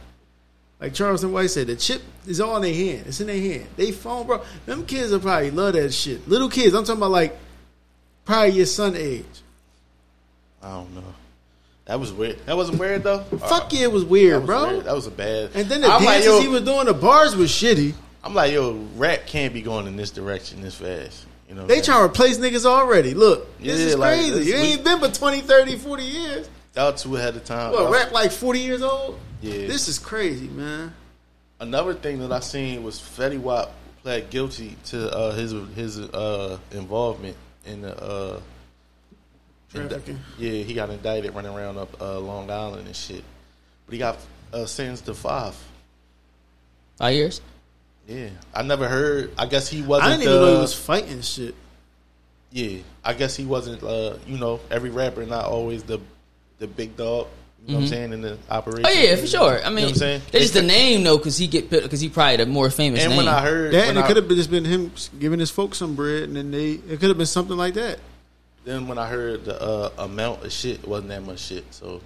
C: Like Charleston White said, the chip is all in their hand. It's in their hand. They phone, bro. Them kids will probably love that shit. Little kids, I'm talking about like probably your son age.
A: I don't know. That was weird. That wasn't weird though.
C: Fuck
A: Uh,
C: yeah, it was weird,
A: that was
C: bro.
A: weird. That was a bad.
C: And then the
A: I'm like,
C: dances
A: yo,
C: he was doing, the bars was shitty.
A: I'm like, yo, rap can't be going in this direction this fast. You know, what I'm
C: They
A: saying?
C: trying to replace niggas already. Look, this
A: Yeah,
C: is
A: like,
C: crazy.
A: this-
C: you
A: we-
C: ain't been but 20, 30, 40 years.
A: Y'all two ahead of time.
C: What,
A: Y'all-
C: rap like 40 years old?
A: Uh, Yeah.
C: This is crazy, man.
A: Another thing that I seen was Fetty Wap pled guilty to uh, his his uh, involvement in the. Uh, in the-
C: Trafficking.
A: yeah, he got indicted running around up uh, Long Island and shit, but he got uh, sentenced to five.
B: Five years.
A: Yeah, I never heard. I guess he wasn't.
C: I didn't even know
A: uh,
C: he was fighting shit.
A: Yeah, I guess he wasn't. Uh, you know, every rapper not always the the big dog. You know what I'm saying in the operation.
B: Oh yeah, for sure. I
A: You know
B: mean,
A: what I'm saying?
B: it's just the name though, because he get because he probably the more famous
A: And
B: name.
A: when I heard
C: That
A: when
C: and it
A: I-
C: could have been just been him giving his folks some bread, and then they it could have been something like that.
A: then when I heard the uh, amount of shit it wasn't that much shit, so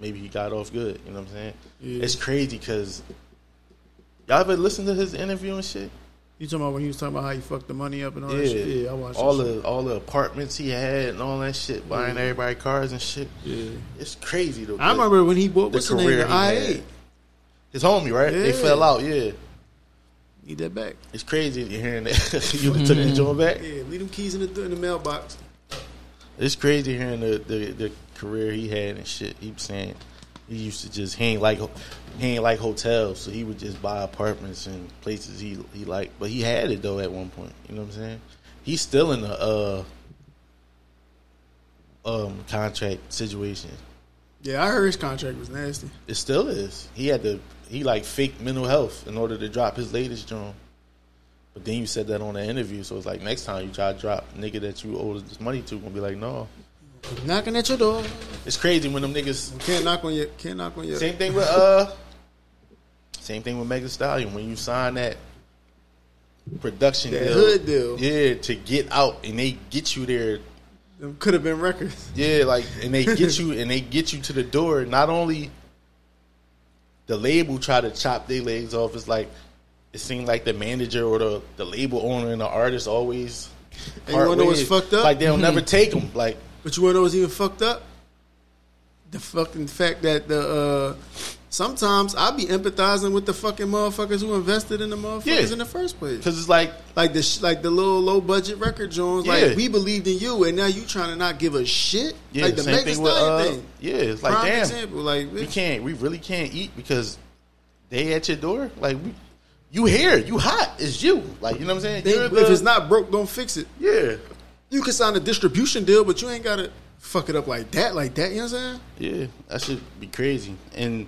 A: maybe he got off good. You know what I'm saying?
C: Yeah.
A: It's crazy because y'all ever listen to his interview and shit?
C: You talking about when he was talking about how he fucked the money up and all that
A: yeah,
C: shit? Yeah, I watched
A: all
C: that
A: the all the apartments he had and all that shit, buying everybody cars and shit.
C: shit. Yeah.
A: It's crazy though.
C: I
A: the-
C: remember when he bought
A: the
C: what's the name?
A: career
C: The
A: he
C: I
A: had.
C: eight.
A: His homie, right? They
C: Yeah.
A: fell out. Yeah,
C: Need that back.
A: it's crazy hearing that. you done took the joint back.
C: Yeah, leave them keys in the in the mailbox.
A: It's crazy hearing the, the the career he had and shit. He was saying he used to just he ain't like he ain't like hotels, so he would just buy apartments and places he he liked. But he had it though at one point. You know what I'm saying? He's still in a uh, um contract situation.
C: Yeah, I heard his contract was nasty.
A: It still is. He had to he like fake mental health in order to drop his latest joint. But then you said that on the interview, so it's like next time you try to drop nigga that you owe this money to, gonna be like no.
C: Knocking at your door,
A: It's crazy when them niggas
C: can't knock on your can't knock on your.
A: Same thing with uh, same thing with Megan Thee Stallion when you sign that production
C: That
A: deal,
C: hood deal.
A: yeah, to get out and they get you there,
C: Them could have been records.
A: yeah, like and they get you and they get you to the door. Not only the label try to chop their legs off, it's like it seemed like the manager or the the label owner and the artist always.
C: And you wanna
A: part
C: know what's
A: ways.
C: fucked up?
A: Like they'll never take them. Like
C: But you wanna know what's even fucked up? The fucking fact that the uh, Sometimes I be empathizing with the fucking motherfuckers who invested in the motherfuckers
A: Yeah.
C: in the first place.
A: Because it's like,
C: Like the sh- like the little low budget record Jones.
A: Yeah.
C: Like we believed in you, and now you trying to not give a shit.
A: yeah,
C: like the
A: same thing with,
C: Megastar
A: uh,
C: thing.
A: yeah, it's like,
C: Prime
A: damn,
C: example. Like
A: we
C: bitch,
A: can't, we really can't eat because they at your door. Like, we, you here, you hot, it's you. Like, you know what I'm saying?
C: they-
A: You're
C: if
A: the-
C: it's not broke, don't fix it.
A: yeah,
C: You can sign a distribution deal, but you ain't gotta fuck it up like that, like that. You know what I'm saying?
A: yeah, that should be crazy. And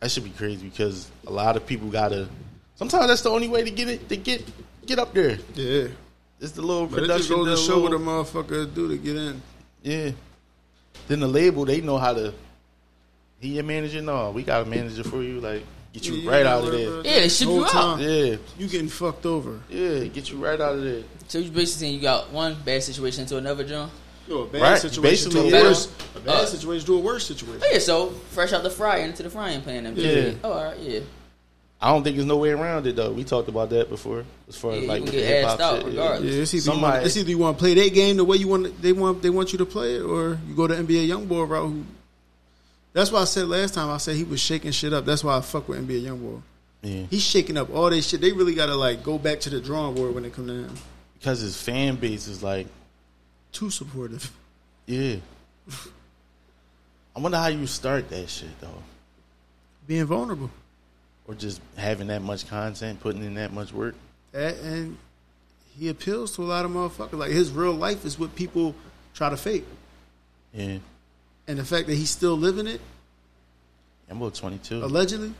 A: that should be crazy because a lot of people gotta, sometimes that's the only way to get it, to get, get up there.
C: Yeah.
A: It's the little
C: But it
A: production.
C: just goes
A: the
C: to show what a
A: little-
C: motherfucker do to get in.
A: Yeah. Then the label, they know how to. He your manager? No, we got a manager for you. Like get you
C: Yeah,
A: right out of
C: whatever.
A: there.
B: Yeah, they ship
C: Whole
B: you out.
C: time.
A: Yeah,
C: You getting fucked over.
A: yeah, get you right out of there.
B: So you basically saying you got one bad situation to another, John?
C: Yo, a bad
A: Right,
C: situation
A: basically,
C: to a
A: yeah.
C: worse. A bad
B: Uh,
C: situation to a worse situation.
B: Oh, Yeah, so fresh out the fryer into the frying pan. And
A: Yeah.
B: Oh, all right, yeah.
A: I don't think there's no way around it though. We talked about that before, as far
B: Yeah,
A: as
B: you
A: like
B: can
A: with
B: get
A: the hip hop
B: assed out
A: shit.
B: regardless.
C: Yeah, it's either,
A: Somebody-
C: you want, it's either you want to play their game the way you want they want they want you to play it, or you go to NBA YoungBoy route. Who, that's why I said last time I said he was shaking shit up. That's why I fuck with NBA YoungBoy.
A: Yeah. Yeah.
C: He's shaking up all they shit. They really gotta like go back to the drawing board when it come to him.
A: because his fan base is like,
C: Too supportive.
A: yeah. I wonder how you start that shit though,
C: Being vulnerable.
A: or just having that much content, putting in that much work.
C: That, and he appeals to a lot of motherfuckers. Like his real life is what people try to fake.
A: Yeah,
C: And the fact that he's still living it,
A: I'm about 22.
C: allegedly,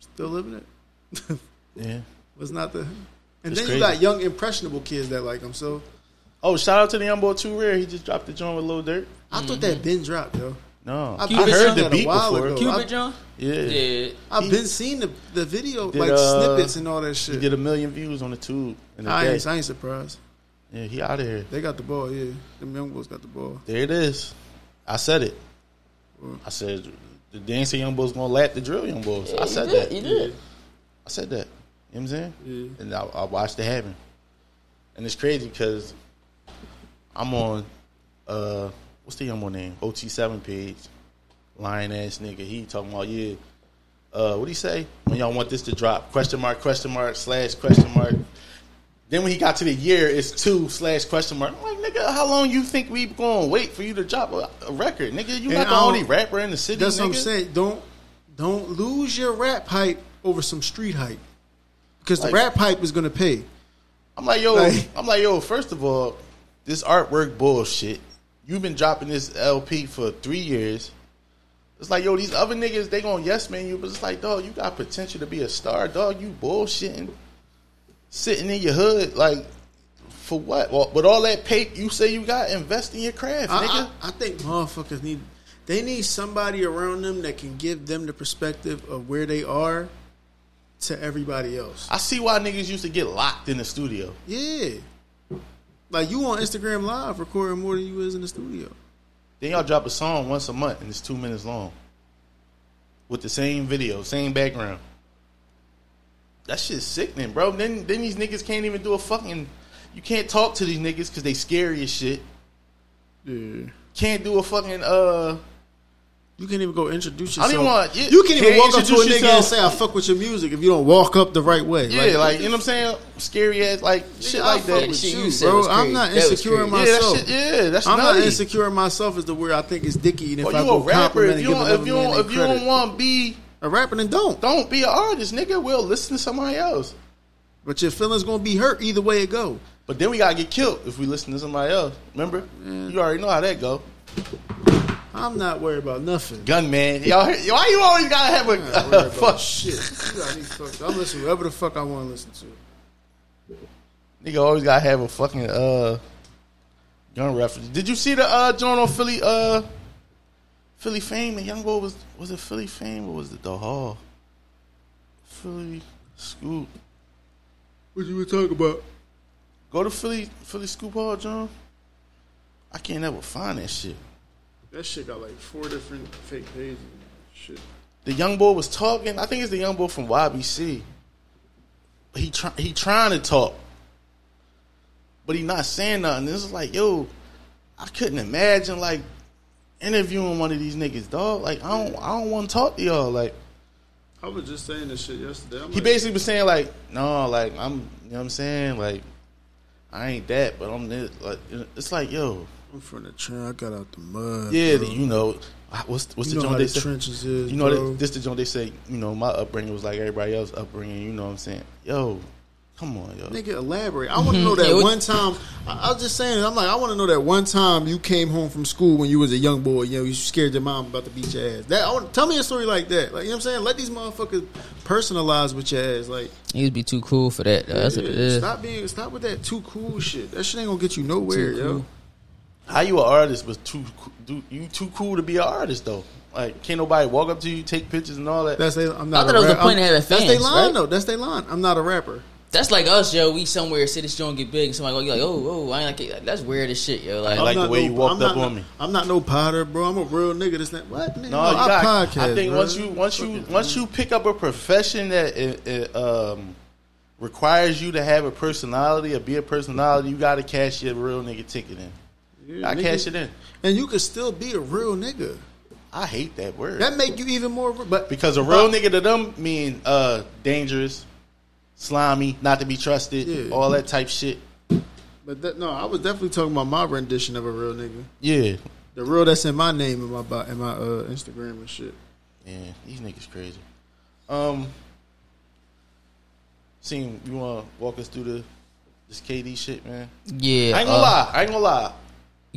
C: still living it.
A: yeah.
C: was not the. And
A: It's
C: then
A: crazy.
C: you got young impressionable kids that like him. So
A: Oh, shout out to the young boy Two Rare. He just dropped the joint with Lil Dirt.
C: I thought that been dropped though.
A: No,
C: I've
A: I've,
C: been
A: heard
C: sung
A: the
C: that a
A: beat
C: while
A: before.
C: ago.
B: Cupid,
C: I-
B: John?
A: Yeah.
B: Yeah.
C: I've
A: He-
C: been seeing the, the video
A: Did,
C: like
A: uh,
C: snippets and all that shit.
A: he did a million views on the tube. In the
C: I
A: day.
C: ain't, I ain't surprised.
A: Yeah, he out of here.
C: They got the ball. Yeah, them young boys got the ball.
A: There it is. I said it.
B: Mm.
A: I said the dancing young boys gonna lap the drill young boys. I said
B: did,
A: that.
B: you did.
A: I said that. You know what I'm saying?
C: Yeah.
A: And I, I watched it happen. And it's crazy because I'm on uh what's the young boy name? OT seven page. Lying ass nigga. He talking about yeah. Uh what do he say? When y'all want this to drop. Question mark, question mark, slash, question mark. Then when he got to the year, it's two slash question mark. I'm like, nigga, how long you think we gonna wait for you to drop a, a record, nigga? You
C: And
A: not the
C: I don't-
A: only rapper in the city.
C: That's what I'm
A: nigga.
C: saying. Don't don't lose your rap hype over some street hype because
A: Like-
C: the rap hype is gonna pay.
A: I'm like, yo,
C: Like-
A: I'm like, yo. First of all, this artwork bullshit. You've been dropping this LP for three years. It's like, yo, these other niggas, they gonna yes man you, but it's like, dog, you got potential to be a star, dog. You bullshitting, sitting in your hood, like, for what? Well, but all that pay you say you got, invest in your craft,
C: I,
A: nigga.
C: I, I think motherfuckers need they need somebody around them that can give them the perspective of where they are to everybody else.
A: I see why niggas used to get locked in the studio.
C: Yeah. Like you on Instagram live recording more than you is in the studio.
A: Then y'all drop a song once a month and it's two minutes long. With the same video, same background. That shit's sickening, bro. Then then these niggas can't even do a fucking you can't talk to these niggas cause they scary as shit.
C: Yeah.
A: Can't do a fucking uh
C: You can't even go introduce
A: I
C: yourself.
A: don't even want- yeah,
C: you can't even
A: can't
C: walk up to a
A: introduce
C: nigga and
A: yourself.
C: say I fuck with your music if you don't walk up the right way.
A: yeah, like, you know what I'm saying? Scary ass like shit
C: I
A: like
C: fuck
A: that.
C: with
B: Shit,
C: you,
B: you said
C: bro.
B: was
C: I'm
B: crazy.
C: not
B: That was
C: insecure in
B: crazy.
A: Yeah, that
C: myself.
A: shit yeah, that's
C: I'm not
A: nutty.
C: insecure in myself is the word I think is dicky. And if
A: Or
C: I
A: you
C: go
A: a rapper,
C: compliment
A: if
C: and
A: you
C: give
A: don't
C: another
A: if you
C: man
A: don't
C: they
A: if you
C: credit.
A: don't wanna be
C: a rapper, then don't.
A: don't be an artist, nigga. We'll listen to somebody else.
C: But your feelings gonna be hurt either way it go.
A: But then we gotta get killed if we listen to somebody else. Remember? You already know how that go.
C: I'm not worried about nothing.
A: Gunman. Y'all heard, why you always gotta have
C: I'm
A: a
C: worried
A: fuck
C: about shit. You got me fucked. up. I'm listening to whatever the fuck I want to listen to.
A: nigga always gotta have a fucking uh gun reference. Did you see the uh joint on Philly uh Philly Fame? The young boy was was it Philly Fame or was it the Hall? Philly Scoop.
C: What you were talking about?
A: Go to Philly Philly Scoop Hall, John. I can't ever find that shit.
C: That shit got like four different fake pages. Shit.
A: The young boy was talking. I think it's the young boy from YBC. He try, he trying to talk, but he not saying nothing. This is like, yo, I couldn't imagine like interviewing one of these niggas, dog. Like I don't I don't want to talk to y'all. Like
F: I was just saying this shit yesterday. I'm
A: he
F: like,
A: basically was saying like, no, like I'm, you know what I'm saying? Like I ain't that, but I'm this. Like it's like, yo,
C: I'm from the trench. I got out the mud.
A: yeah,
C: bro.
A: you know, what's what's
C: you
A: the
C: know
A: joint
C: how
A: they
C: the
A: say?
C: trenches is.
A: You know,
C: bro.
A: th- this the joint they say. You know, my upbringing was like everybody else's upbringing. You know what I'm saying? Yo, come on, yo.
C: Nigga, elaborate. I want to know that
B: Yeah, what-
C: one time. I, I was just saying. I'm like, I want to know that one time you came home from school when you was a young boy. You know, you scared your mom about to beat your ass. That I want, tell me a story like that. Like you know what I'm saying. Let these motherfuckers personalize with your ass. Like
B: Niggas be too cool for that. though. That's what it is.
C: stop being stop with that too cool shit. That shit ain't gonna get you nowhere,
B: Too
C: yo.
B: cool.
A: How you an artist, but too coo- do- you too cool to be an artist though? Like, can't nobody walk up to you, take pictures and all that?
C: That's they. I'm not.
B: I thought it was
C: rap-
B: the point
C: I'm-
B: of having
C: That's they
B: fans,
C: line
B: right?
C: though. That's they line. I'm not a rapper.
B: That's like us, yo. We somewhere sit this joint get big, and somebody go, you like, oh, oh, I ain't like it. That's weird as shit, yo. Like,
A: I like the
C: I'm not
A: way
C: no-
A: you walked
C: I'm
A: up
C: not-
A: on me.
C: I'm not no potter, bro. I'm a real nigga. This that what? Nigga,
A: No, you
C: I
A: got.
C: podcast.
A: I think
C: bro.
A: once you once you
C: Fuck it,
A: once you pick up a profession that it, it, um, requires you to have a personality or be a personality, you got to cash your real nigga ticket in.
F: yeah,
A: I
F: nigga,
A: cash it in.
C: and you could still be a real nigga.
A: I hate that word
C: That make you even more. But
A: because a real nigga to them mean uh, dangerous, slimy, not to be trusted,
C: Yeah.
A: all that type shit.
C: But that, no, I was definitely talking about my rendition of a real nigga.
A: Yeah,
C: The real that's in my name in my bio, in my uh, Instagram and shit.
A: yeah, these niggas crazy. Um, seem you want to walk us through the this KD shit, man?
B: yeah.
A: I ain't gonna
B: uh,
A: lie. I ain't gonna lie.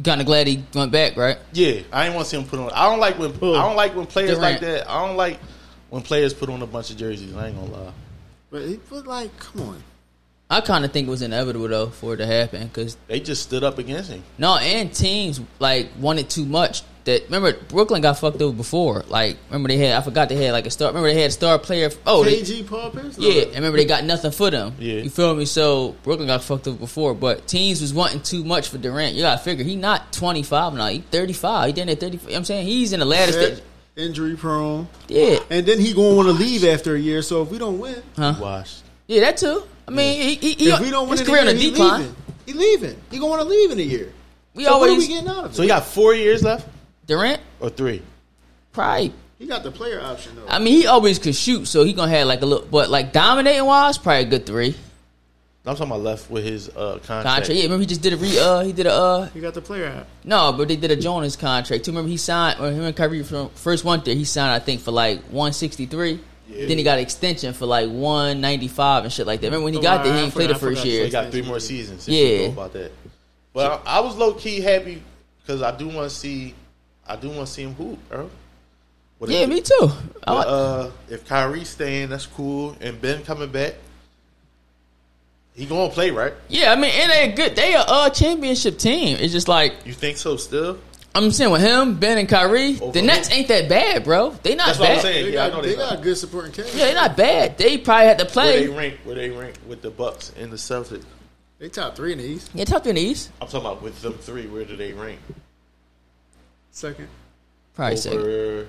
B: Kind of glad he went back, right?
A: Yeah, I ain't want to see him put on. I don't like when I don't like when players like
B: Durant.
A: that. I don't like when players put on a bunch of jerseys. I ain't gonna lie.
C: But he but like, come on,
B: I kind of think it was inevitable though for it to happen because
A: They just stood up against him.
B: no, and teams like wanted too much. That remember Brooklyn got fucked over before. Like remember they had I forgot they had like a star. Remember they had star player. Oh, they,
C: KG Paul Pierce. No,
B: Yeah, and remember they got nothing for them.
A: Yeah.
B: You feel me? So Brooklyn got fucked up before, but teams was wanting too much for Durant. You gotta figure he not twenty five now, he thirty five. He didn't at thirty five. I'm saying he's in the latter
C: that
B: stage.
C: injury prone,
B: Yeah.
C: and then he gonna want to leave after a year. So if we don't win,
B: Huh?
A: Washed.
B: Yeah, that too. I mean he, he, he
C: if we don't win,
B: his
C: in
B: career
C: a
B: in
C: year,
B: a
C: he
B: decline.
C: leaving. He leaving. He gonna want to leave in a year.
B: We
C: so what are
B: always
C: we getting out of it?
A: So he got four years left
B: Durant?
A: or three.
B: Probably.
C: he got the player option though.
B: I mean he always could shoot, so he gonna have like a little but like dominating wise, probably a good three.
A: I'm talking about left with his uh, contract.
B: Contract. Yeah, remember he just did a re uh he did a uh
C: he got the player option.
B: No, but they did a Jonas contract too. Remember he signed, or him and Kyrie from first one there. He signed, I think, for like one sixty three. Then he got an extension for like one ninety five and shit like that. Remember when he
C: Oh,
B: got there,
C: I-
B: he
C: I
B: ain't played the
C: forgot, I
B: first
C: forgot.
A: So
B: year.
A: he got three more seasons. Since
B: Yeah.
A: you know about that. But I, I was low key happy because I do want to see. I do want to see him hoop, bro. But
B: yeah,
A: if,
B: me too. I
A: but,
B: like-
A: uh, if Kyrie staying, that's cool. And Ben coming back, he gonna play, right?
B: yeah, I mean, and they a good. They a uh, championship team. It's just like
A: You think so? Still,
B: I'm saying with him, Ben and Kyrie,
A: Over
B: the
A: who?
B: Nets ain't that bad, bro. They not
A: that's what
B: bad.
A: I'm saying.
C: They
A: yeah,
C: got,
A: I know
C: they
A: they,
C: got good supporting cast.
B: Yeah, they not bad. They probably had to
A: Where they
B: play.
A: rank? Where they rank with the Bucks and the Celtics?
C: They top three in the East.
B: Yeah, top in the East.
A: I'm talking about with them three. Where do they rank?
C: Second.
B: Probably second.
A: Over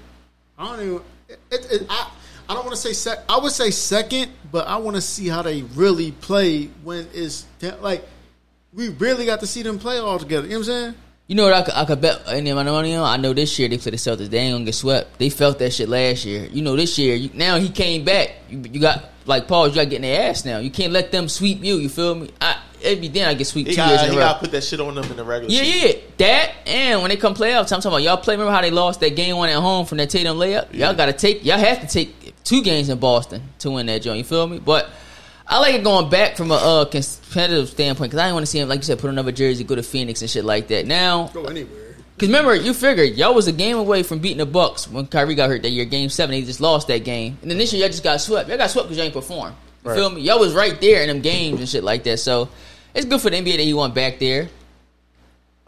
C: I don't even. It, it, I, I don't want to say sec. I would say second, but I want to see how they really play when it's that- like we really got to see them play all together. You know what I'm saying?
B: You know what I could, I could bet any amount of money on? I know this year they play the Celtics. They ain't gonna get swept. They felt that shit last year. You know this year. You, now he came back. You, you got like Paul. You got to get in their ass now. You can't let them sweep you. You feel me? I, it'd be then I get sweep
A: he
B: two years
A: got
B: in
A: he
B: a row.
A: got to put that shit on them in the regular.
B: Yeah,
A: season.
B: yeah, that and when they come playoffs, I'm talking about y'all play. Remember how they lost that game one at home from that Tatum layup? Y'all got to take, y'all have to take two games in Boston to win that joint. You feel me? But I like it going back from a uh, competitive standpoint because I didn't want to see him, like you said, put another jersey, go to Phoenix and shit like that. Now
C: Go anywhere.
B: Cause remember, you figured y'all was a game away from beating the Bucks when Kyrie got hurt that year, Game Seven. They just lost that game, and then this year y'all just got swept. Y'all got swept because y'all ain't perform. You feel me? Y'all was right there in them games and shit like that. So it's good for the NBA that he went back there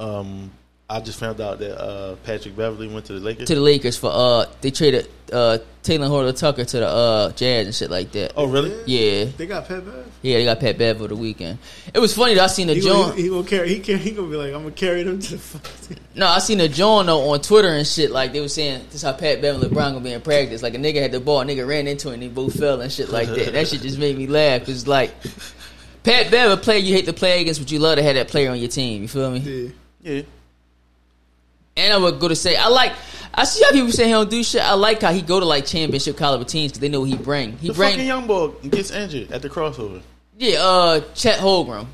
A: Um, I just found out that uh, Patrick Beverly went to the Lakers.
B: to the Lakers for uh they traded uh Taylor Horton Tucker to the uh Jazz and shit like that.
A: oh, really?
B: Yeah,
C: They got Pat Bev.
B: yeah, they got Pat Bev for the weekend. It was funny that I seen the
C: He, gonna-
B: John.
C: he, he gonna carry. He, can, he gonna be like, I'm gonna carry them to the. fuck."
B: No, I seen a John though on Twitter and shit. Like they was saying, this how Pat Bev and LeBron gonna be in practice. Like a nigga had the ball, a nigga ran into it, and they both fell and shit like that. That shit just made me laugh. Cause like Pat Bev, a player you hate to play against, but you love to have that player on your team. You feel me?
C: Yeah.
A: Yeah.
B: And I would go to say I like. I see how people say he don't do shit. I like how he go to like championship caliber teams because they know what he bring. He
A: The
B: bring
A: fucking young boy gets injured at the crossover.
B: yeah. Uh, Chet Holgram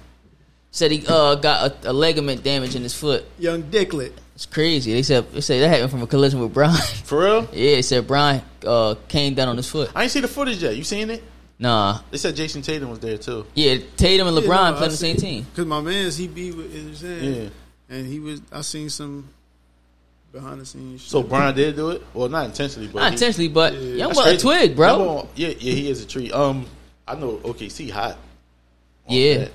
B: said he uh got a, a ligament damage in his foot.
C: Young Dicklet.
B: It's crazy. They said they say that happened from a collision with Brian.
A: For real?
B: yeah, they said Brian uh came down on his foot.
A: I ain't see the footage yet. You seen it?
B: Nah.
A: They said Jason Tatum was there too.
B: Yeah, Tatum and LeBron playing the same team.
C: Because my man's, he be with, you know what I'm saying?
A: Yeah.
C: And he was, I seen some behind the scenes shit.
A: So Brian did do it. Well, not intentionally, but
B: Not
A: he-
B: intentionally, but young
A: That's
B: boy a
A: crazy.
B: twig, bro.
A: Young boy- yeah, yeah, he is a tree. Um, I know OKC hot. on
B: yeah.
A: that.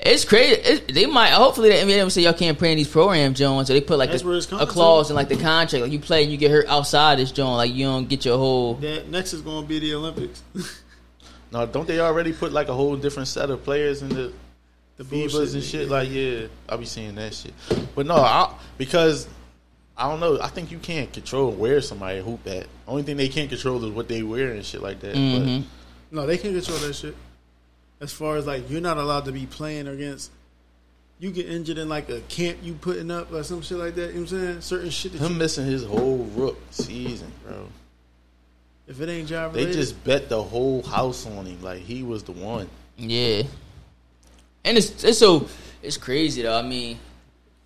B: It's crazy. It, they might hopefully the NBA say y'all can't play in these program Jones, so they put like
C: That's
B: a,
C: where it's
B: a
C: coming
B: clause
C: to.
B: in like the contract, like you play and you get hurt outside this joint, like you don't get your whole.
C: That next is going to be the Olympics.
A: No, don't they already put like a whole different set of players in the
C: the
A: FIBAs and shit?
C: nigga.
A: Like, yeah, I be seeing that shit. But no, I, because I don't know. I think you can't control where somebody hoop at. Only thing they can't control is what they wear and shit like that.
B: Mhm.
C: No, they can control that shit. As far as like, you're not allowed to be playing against. You get injured in like a camp you putting up or some shit like that. You know what I'm saying? Certain shit that
A: But
C: you,
A: him missing his whole rook season, bro.
C: if it ain't job
A: They
C: related,
A: just bet the whole house on him. Like he was the one.
B: Yeah, and it's it's so it's crazy though. I mean,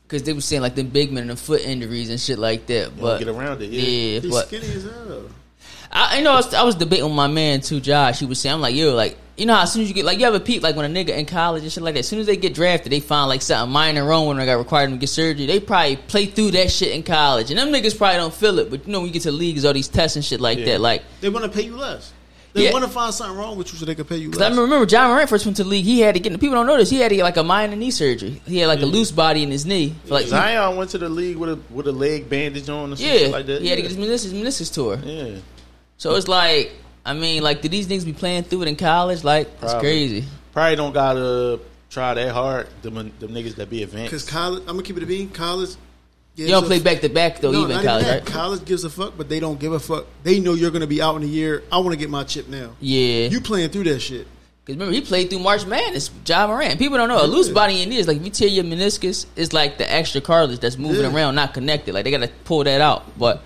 B: because they were saying like the big men and the foot injuries and shit like that,
A: You
B: but
A: don't get around it. Yeah.
B: yeah,
C: he's
B: but
C: skinny as hell.
B: I, you know, I was, I was debating with my man too, Josh. He was saying, I'm like, yo, like, you know, how as soon as you get, like, you have a peep, like, when a nigga in college and shit like that, as soon as they get drafted, they find, like, something minor wrong when they got required to get surgery. They probably play through that shit in college. And them niggas probably don't feel it, but, you know, when you get to the leagues, all these tests and shit like
A: Yeah.
B: that. Like,
C: They want to pay you less. They
B: Yeah.
C: want to find something wrong with you so they can pay you
B: 'cause I
C: less.
B: remember John Morant first went to the league, he had to get, people don't know this, he had to get, like, a minor knee surgery. He had, like, a loose body in his knee. For, like, yeah,
A: Zion went to the league with a with a leg bandage on and shit like that.
B: he had to get his meniscus, meniscus tore.
A: yeah.
B: So it's like, I mean, like, did these niggas be playing through it in college? Like, it's
A: Probably.
B: crazy.
A: Probably don't gotta try that hard. Them, them niggas that be advanced.
C: Because college, I'm gonna keep it a bean. College,
B: You don't play back to back though,
C: No,
B: even
C: not
B: in college,
C: even that.
B: right?
C: College gives a fuck, but they don't give a fuck. They know you're gonna be out in a year. I want to get my chip now.
B: Yeah,
C: You playing through that shit?
B: because remember he played through March Madness. John Moran. People don't know a loose
C: Yeah.
B: body in is like if you tear your meniscus, it's like the extra cartilage that's moving
C: Yeah.
B: around, not connected. Like they gotta pull that out. But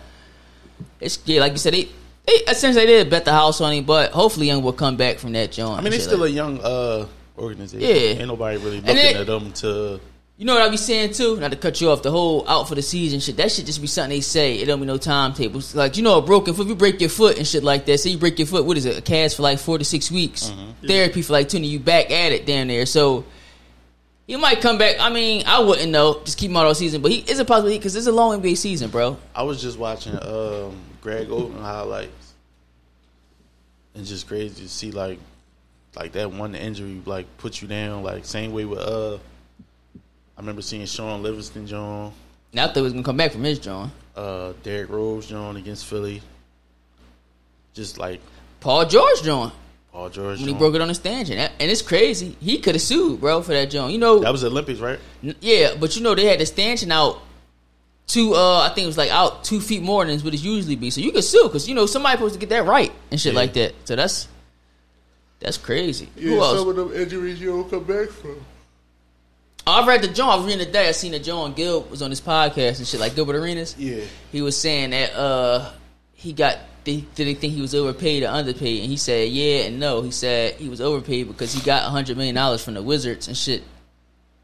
B: it's yeah, like you said, they, they essentially they did bet the house on him. But hopefully, Young will come back from that joint.
A: I mean,
B: and
A: they
B: shit
A: still
B: like-
A: a young uh, organization.
B: Yeah.
A: ain't nobody really looking
B: And it-
A: at them to.
B: You know what I be saying too? Not to cut you off, the whole out for the season shit. That shit just be something they say. It don't be no timetables. Like you know, a broken foot. If you break your foot and shit like that, say you break your foot, what is it? A cast for like four to six weeks, therapy for like two, and you back at it down there. So you might come back. I mean, I wouldn't know. Just keep him out all season, but he is a possibility because it's a long NBA season, bro.
A: I was just watching um, Greg Oden highlights, and just crazy to see like, like that one injury like put you down. Like same way with uh, I remember seeing Sean Livingston John,
B: And I thought he was gonna come back from his John.
A: uh, Derrick Rose John against Philly. Just like
B: Paul George John
A: Paul George,
B: when he
A: John.
B: broke it on his tangent, and it's crazy. He could have sued, bro, for that John. You know,
A: that was the Olympics, right?
B: N- Yeah, but you know they had the stanchion out two. Uh, I think it was like out two feet more than what it usually be. So you can sue because you know somebody supposed to get that right and shit
A: Yeah.
B: like that. So that's that's crazy. Who else?
F: of them injuries you don't come back from.
B: I've read the John. I was reading today. I seen that John Gill was on his podcast and shit like Gilbert Arenas.
A: Yeah.
B: He was saying that uh he got they didn't think he was overpaid or underpaid, and he said yeah and no. He said he was overpaid because he got hundred million dollars from the Wizards and shit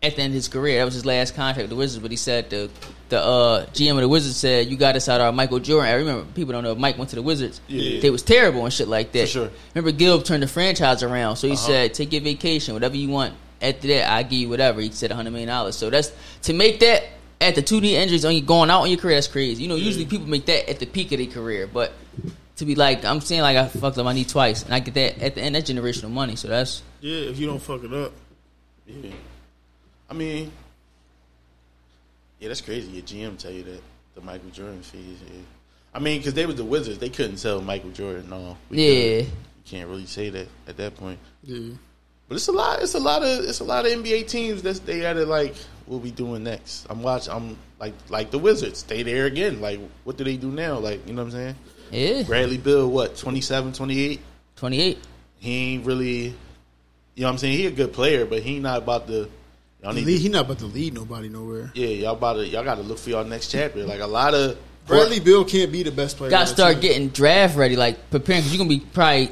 B: at the end of his career. That was his last contract with the Wizards. But he said the the uh, GM of the Wizards said you got us out of our Michael Jordan. I remember people don't know if Mike went to the Wizards.
A: Yeah.
B: They was terrible and shit like that.
A: For sure. Uh-huh.
B: Remember Gilb turned the franchise around, so he said, "Take your vacation, whatever you want. After that, I give you whatever." He said, hundred million dollars." So that's to make that at the two knee injuries on you going out on your career. That's crazy. You know,
A: Mm.
B: usually people make that at the peak of their career, but to be like, I'm saying like I fucked up my knee twice, and I get that at the end. That's generational money. So that's
C: Yeah, if you don't fuck it up.
A: Yeah. I mean, yeah, that's crazy. Your GM tell you that the Michael Jordan fees. Yeah. I mean, because they was the Wizards, they couldn't tell Michael Jordan. No, we
B: yeah.
A: couldn't. you can't really say that at that point.
C: Yeah.
A: But it's a lot. It's a lot of it's a lot of NBA teams that they gotta like. What we doing next? I'm watching. I'm like like the Wizards. They there again. Like what do they do now? Like you know what I'm saying?
B: Yeah,
A: Bradley Bill, what 27, 28?
B: twenty eight.
A: He ain't really. You know what I'm saying? He a good player, but he not about to. Y'all need
C: Lee, he not about to lead nobody nowhere.
A: to, yeah, y'all about to, y'all got to look for y'all next chapter. Like a lot of
C: Bradley Bill can't be the best player.
B: Got to
C: on the
B: start
C: team.
B: getting draft ready, like preparing, because you're gonna be probably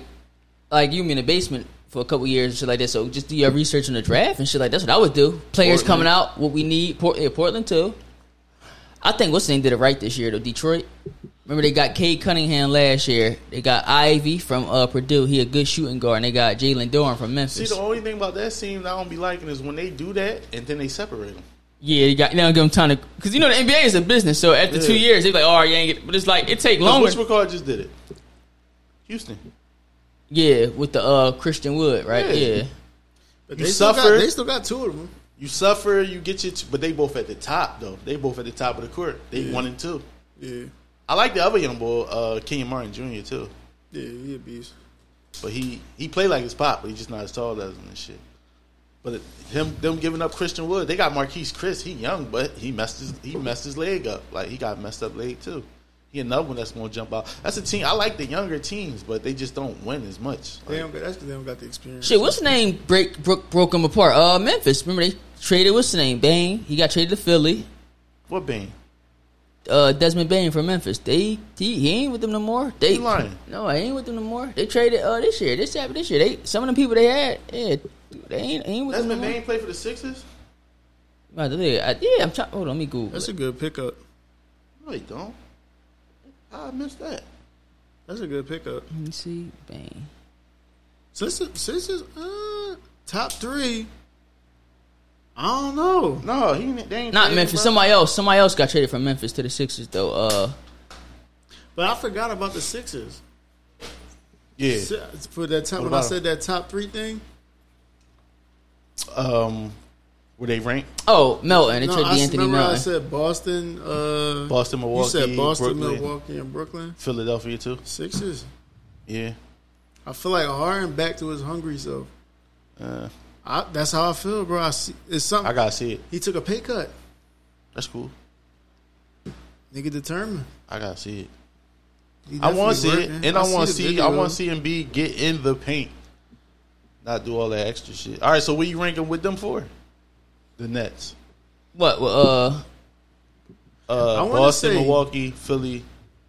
B: like you be in the basement for a couple years and shit like that. So just do your research on the draft and shit like that's what I would do. Players
A: Portland.
B: coming out, what we need. Port- yeah, Portland too. I think what's the name did it right this year though. Detroit. Remember they got Cade Cunningham last year. They got Ivy from uh, Purdue. He a good shooting guard. And they got Jalen Dorn from
A: See,
B: Memphis.
A: the only thing about that team that I don't be liking is when they do that and then they separate them.
B: yeah, you got now give them time to because you know the NBA is a business. So after two
A: Yeah.
B: years, they be like, all right, you ain't get. But it's like it take longer.
A: Which McCall just did it? Houston.
B: yeah, with the uh, Christian Wood, right?
A: Yeah.
B: yeah.
C: But
A: You
C: they still
A: suffer.
C: Got, they still got two of them.
A: You suffer, you get your, t- but they both at the top though. They both at the top of the court. They one and two.
C: Yeah,
A: I like the other young boy, uh, Kenyon Martin Jr. too,
C: yeah, he a beast.
A: but he he played like his pop, but he's just not as tall as him and shit. But it, him them giving up Christian Wood, they got Marquise Chris. He young, but he messed his he messed his leg up. Like he got messed up leg too. He another one that's gonna jump out. That's a team I like the younger teams, but they just don't win as much.
C: They
A: Like,
C: don't got, that's 'cause they don't got the experience.
B: Shit, what's the name? Break broke broke him apart. Uh, Memphis. Remember they traded what's the name? Bain. He got traded to Philly.
A: what being?
B: Uh, Desmond Bain from Memphis. They he, he ain't with them no more. They
A: You lying.
B: no, I ain't with them no more. They traded uh this year. This happened this year. They some of the people they had yeah they ain't, ain't with
A: Desmond
B: them.
A: Bain played for the Sixers?
B: No more. Nah, they- I- yeah, I'm trying. Hold on, let me Google.
C: That's
B: it.
C: a good pickup.
A: No, he don't. I missed that.
C: That's a good pickup.
B: let me see Bain.
C: Since it- since it's uh, top three, I don't know.
A: No, he ain't- they ain't
B: Not
A: traded,
B: Memphis.
A: bro.
B: Somebody else. Somebody else got traded from Memphis to the Sixers though. Uh,
C: But I forgot about the Sixers.
A: Yeah.
C: Si- For that time
A: What
C: when I
A: about 'em?
C: said that top three thing,
A: Um, were they ranked?
B: oh Melton. They
C: no,
B: traded
C: I s-
B: Anthony
C: remember I
B: Melton.
C: said Boston, uh,
A: Boston,
C: You
A: Milwaukee,
C: said Boston,
A: Brooklyn,
C: Milwaukee, and Brooklyn
A: Philadelphia too.
C: Sixers.
A: Yeah.
C: I feel like Harden back to his hungry self.
A: Uh,
C: I, that's how I feel, bro. I see, it's something.
A: I gotta see it.
C: he took a pay cut.
A: That's cool.
C: Nigga determined.
A: I gotta see it.
C: He
A: I want to see
C: definitely
A: it,
C: working.
A: and I, want
C: the
A: to see.
C: video.
A: I want to see Embiid get in the paint, not do all that extra shit. All right, so what you ranking with them for? The Nets,
B: What? Well, uh,
A: uh,
C: wanna
A: Boston,
C: say-
A: Milwaukee, Philly,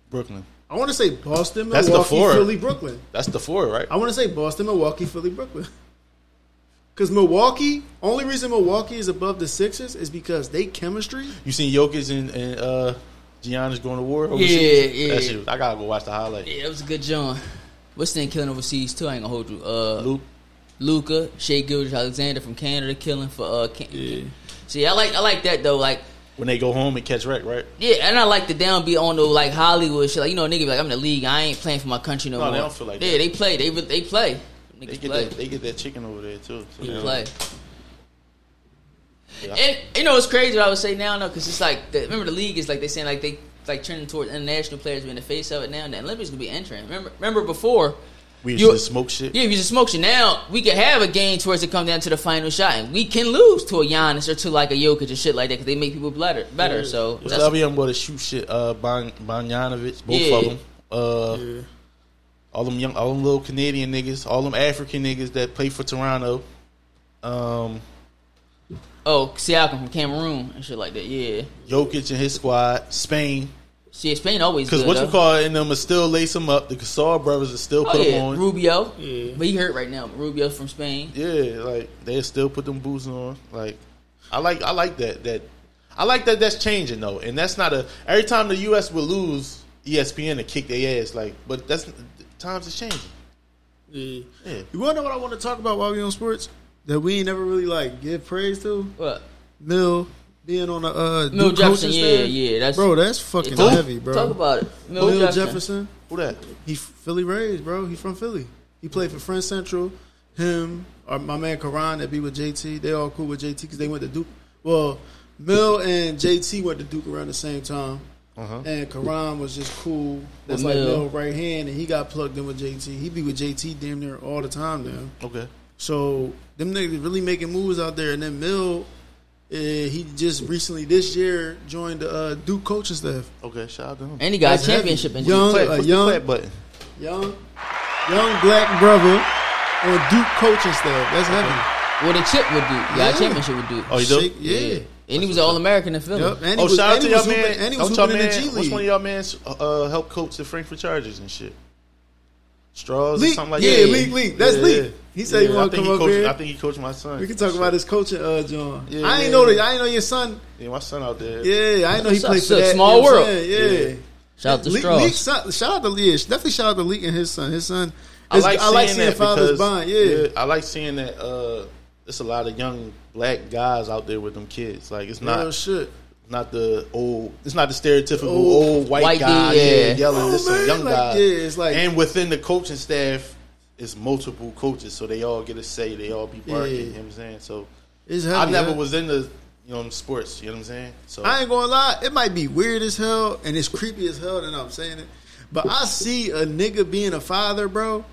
A: Brooklyn.
C: I want to say Boston,
A: That's
C: Milwaukee,
A: the four.
C: Philly, Brooklyn.
A: That's the four, right?
C: I want to say Boston, Milwaukee, Philly, Brooklyn. Because Milwaukee, only reason Milwaukee is above the Sixers is because they chemistry.
A: You seen Jokic and, and uh, Giannis going to war? Oh,
B: Yeah, yeah.
A: That shit, I gotta go watch the highlight.
B: Yeah, that was a good John. What's the name killing overseas too? I ain't gonna hold you. Uh,
A: Luke,
B: Luca, Shea Gilders Alexander from Canada killing for uh. Can- See, I like I like that though. Like,
A: when they go home and catch wreck, right?
B: yeah, and I like the downbeat on the like Hollywood shit. Like, you know, nigga, be like I'm in the league. I ain't playing for my country no,
A: No,
B: more.
A: they don't feel like
B: yeah,
A: that.
B: they play. They re- they play. Niggas
A: They get
B: play.
A: that. They get that chicken over there too. So
B: They
A: they-
B: play.
A: Yeah.
B: And you know it's crazy what I would say now, no, because it's like the, remember the league is like they saying like they like turning towards international players being the face of it now, and the Olympics gonna be entering. Remember, remember before
A: We used
B: You-
A: to smoke shit.
B: Yeah, if you just smoke shit now, we could have a game towards it come down to the final shot, and we can lose to a Giannis or to like a Jokic and shit like that because they make people better. Better, so
A: What's
B: that's-
A: up? I'm going to shoot shit. Uh, Ban- Banjanovic, both
B: Yeah.
A: of them. Uh, all them young, all them little Canadian niggas, all them African niggas that play for Toronto. Um,
B: oh Siakam from Cameroon and shit like that. Yeah,
A: Jokic and his squad, Spain.
B: see, Spain always
A: Because
B: good.
A: what you
B: though.
A: call it, and them is still lace them up. The Gasol brothers are still put
B: Oh
A: them
B: yeah,
A: on.
B: Rubio.
C: Yeah.
B: But he hurt right now. but Rubio's from Spain.
A: Yeah, like they still put them boots on. Like I like I like that that I like that that's changing though, and that's not a every time the U.S. will lose, E ESPN to kick their ass. Like, but that's times is changing.
C: Yeah.
A: Yeah.
C: You want to know what I want to talk about while we on sports? That we ain't never really like give praise to?
B: What?
C: Mill being on the uh,
B: Mill
C: Duke
B: Jefferson.
C: coaching
B: Yeah,
C: stand.
B: yeah. That's
C: Bro, that's fucking
B: Talk-
C: heavy, bro.
B: Talk about it. Mill
C: Mill
B: Jefferson.
C: Jefferson.
A: Who that?
C: He f- Philly raised, bro. He from Philly. He played for Friend Central. Him, or my man Karan that be with JT. They all cool with JT because they went to Duke. Well, Mill and JT went to Duke around the same time.
A: Uh-huh.
C: And Karan was just cool. That's
B: With
C: like
B: Mill.
C: Mill right hand, and he got plugged in with JT. He be with JT damn near all the time now.
A: Okay.
C: So them niggas really making moves out there. And then Mill, eh, he just recently this year joined the uh, Duke coaching staff.
A: Okay. Shout out to him.
B: And he got
C: That's
B: a championship
C: heavy.
B: in
C: Young-
A: Play,
C: a
A: push the
C: young-
A: play button.
C: young, young black brother on Duke coaching staff. That's heavy.
B: What a chip would do. Yeah,
C: Yeah.
B: championship would do.
A: Oh, you do?
C: Shake- yeah.
B: yeah. And he was an All American in Philly.
C: Yep. And he
A: oh,
C: was,
A: shout out
C: and
A: to
C: he was
A: y'all man.
C: hooping- And he
A: What's
C: was
A: y'all
C: hooping in the
A: man-
C: G
A: What's one of
C: League.
A: y'all man's uh, help coach the Frankfurt Chargers and shit? Straws or
C: Leak.
A: something like
C: Yeah,
A: that.
C: Leak, Leak. That's Leak. He said he
A: I
C: wanna
A: think
C: come up
A: coached-
C: here.
A: I think he coached my son.
C: We can talk about his coaching, uh, John.
A: Yeah,
C: I ain't
A: yeah,
C: know that.
A: yeah.
C: I ain't know your son.
A: Yeah, my son out there.
C: Yeah, I ain't know he
B: Suck,
C: played for
B: suck.
C: that.
B: Small
C: you know what I'm
B: world.
C: saying? Yeah.
B: Shout out to
C: Leak-
B: Strauss.
C: Leak, shout, shout out to Leak. Definitely shout out to Leak and his son. His son.
A: I like seeing, that
C: fathers
A: because,
C: bond. Yeah.
A: I like seeing that. Uh, it's a lot of young black guys out there with them kids. Like it's
C: Real
A: not
C: shit.
A: not the old. It's not the stereotypical
C: Old-
A: old white,
B: White
A: guy
B: dude, yeah.
A: yeah, yelling.
C: Oh,
A: this some
C: man,
A: young
C: like,
A: guy.
C: yeah, it's like-
A: and within the coaching staff, it's multiple coaches, so they all get a say. They all be barking. You know what I'm saying? So
C: It's
A: I
C: heavy,
A: never
C: huh?
A: was into you know sports. You know what I'm saying? So
C: I ain't gonna lie, it might be weird as hell and it's creepy as hell, and I'm saying it. But I see a nigga being a father, bro,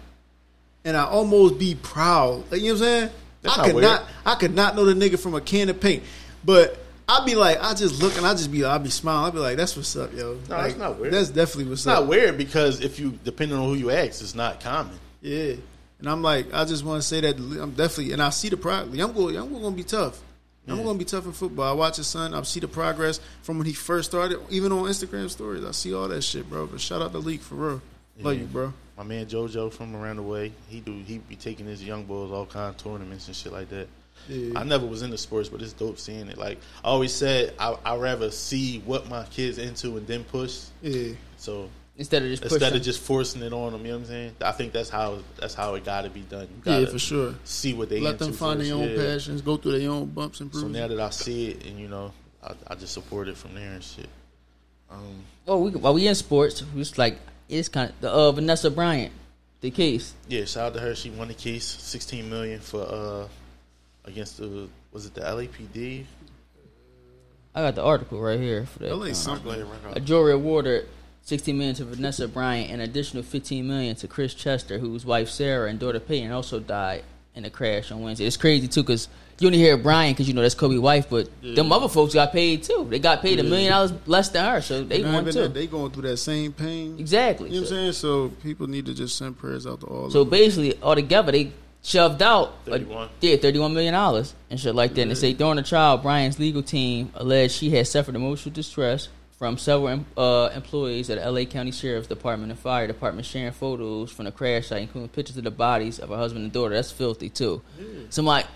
C: and I almost be proud. Like, you know what I'm saying?
A: That's
C: I
A: not
C: could
A: weird.
C: not, I could not know the nigga from a can of paint, but I be like, I just look and I just be, I be smiling. I be like, that's what's up, yo.
A: No,
C: like,
A: that's not weird.
C: That's definitely what's
A: it's
C: up.
A: not weird because if you depending on who you ask, it's not common.
C: Yeah. And I'm like, I just want to say that I'm definitely, and I see the progress. I'm going, I'm going to be tough. I'm going to be tough in football. I watch his son. I see the progress from when he first started, even on Instagram stories. I see all that shit, bro. But shout out the league for real. Love
A: Yeah.
C: you, bro.
A: My man JoJo from around the way, he do he be taking his young boys all kind of tournaments and shit like that.
C: Yeah.
A: I never was into sports, but it's dope seeing it. Like I always said, I I rather see what my kids into and then push.
C: Yeah.
A: So
B: Instead of just pushing.
A: instead of just forcing it on them, you know what I'm saying? I think that's how that's how it got to be done. You
C: Yeah,
A: gotta
C: for sure.
A: See what they
C: Let
A: into
C: them find
A: first.
C: their own
A: Yeah.
C: passions, go through their own bumps and bruises.
A: So now that I see it, and you know, I, I just support it from there and shit. Um,
B: well, Oh, we, while we in sports, we was like it's kind of the uh, Vanessa Bryant, the case.
A: yeah, shout out to her. She won the case, 16 million for uh against the was it the LAPD?
B: I got the article right here for that.
C: LA
B: Uh,
C: something.
A: Blair Rock.
B: A jury awarded 16 million to Vanessa Bryant and an additional 15 million to Chris Chester, whose wife Sarah and daughter Peyton also died in a crash on Wednesday. It's crazy too, cause you only hear Bryant because you know that's Kobe's wife, but them other folks got paid too. They got paid a million dollars less than her, so they
C: You know,
B: won
C: even
B: too.
C: that, they going through that same pain.
B: exactly.
C: You know what
B: so,
C: I'm saying? So people need to just send prayers out to all
B: so
C: of them.
B: basically, altogether, they shoved out a-
A: 31.
B: yeah, 31 million dollars and shit like that. And they say during the trial, Bryant's legal team alleged she had suffered emotional distress from several em- uh, employees at the LA County Sheriff's Department and Fire Department sharing photos from the crash site, including pictures of the bodies of her husband and daughter. That's filthy too. So I'm like,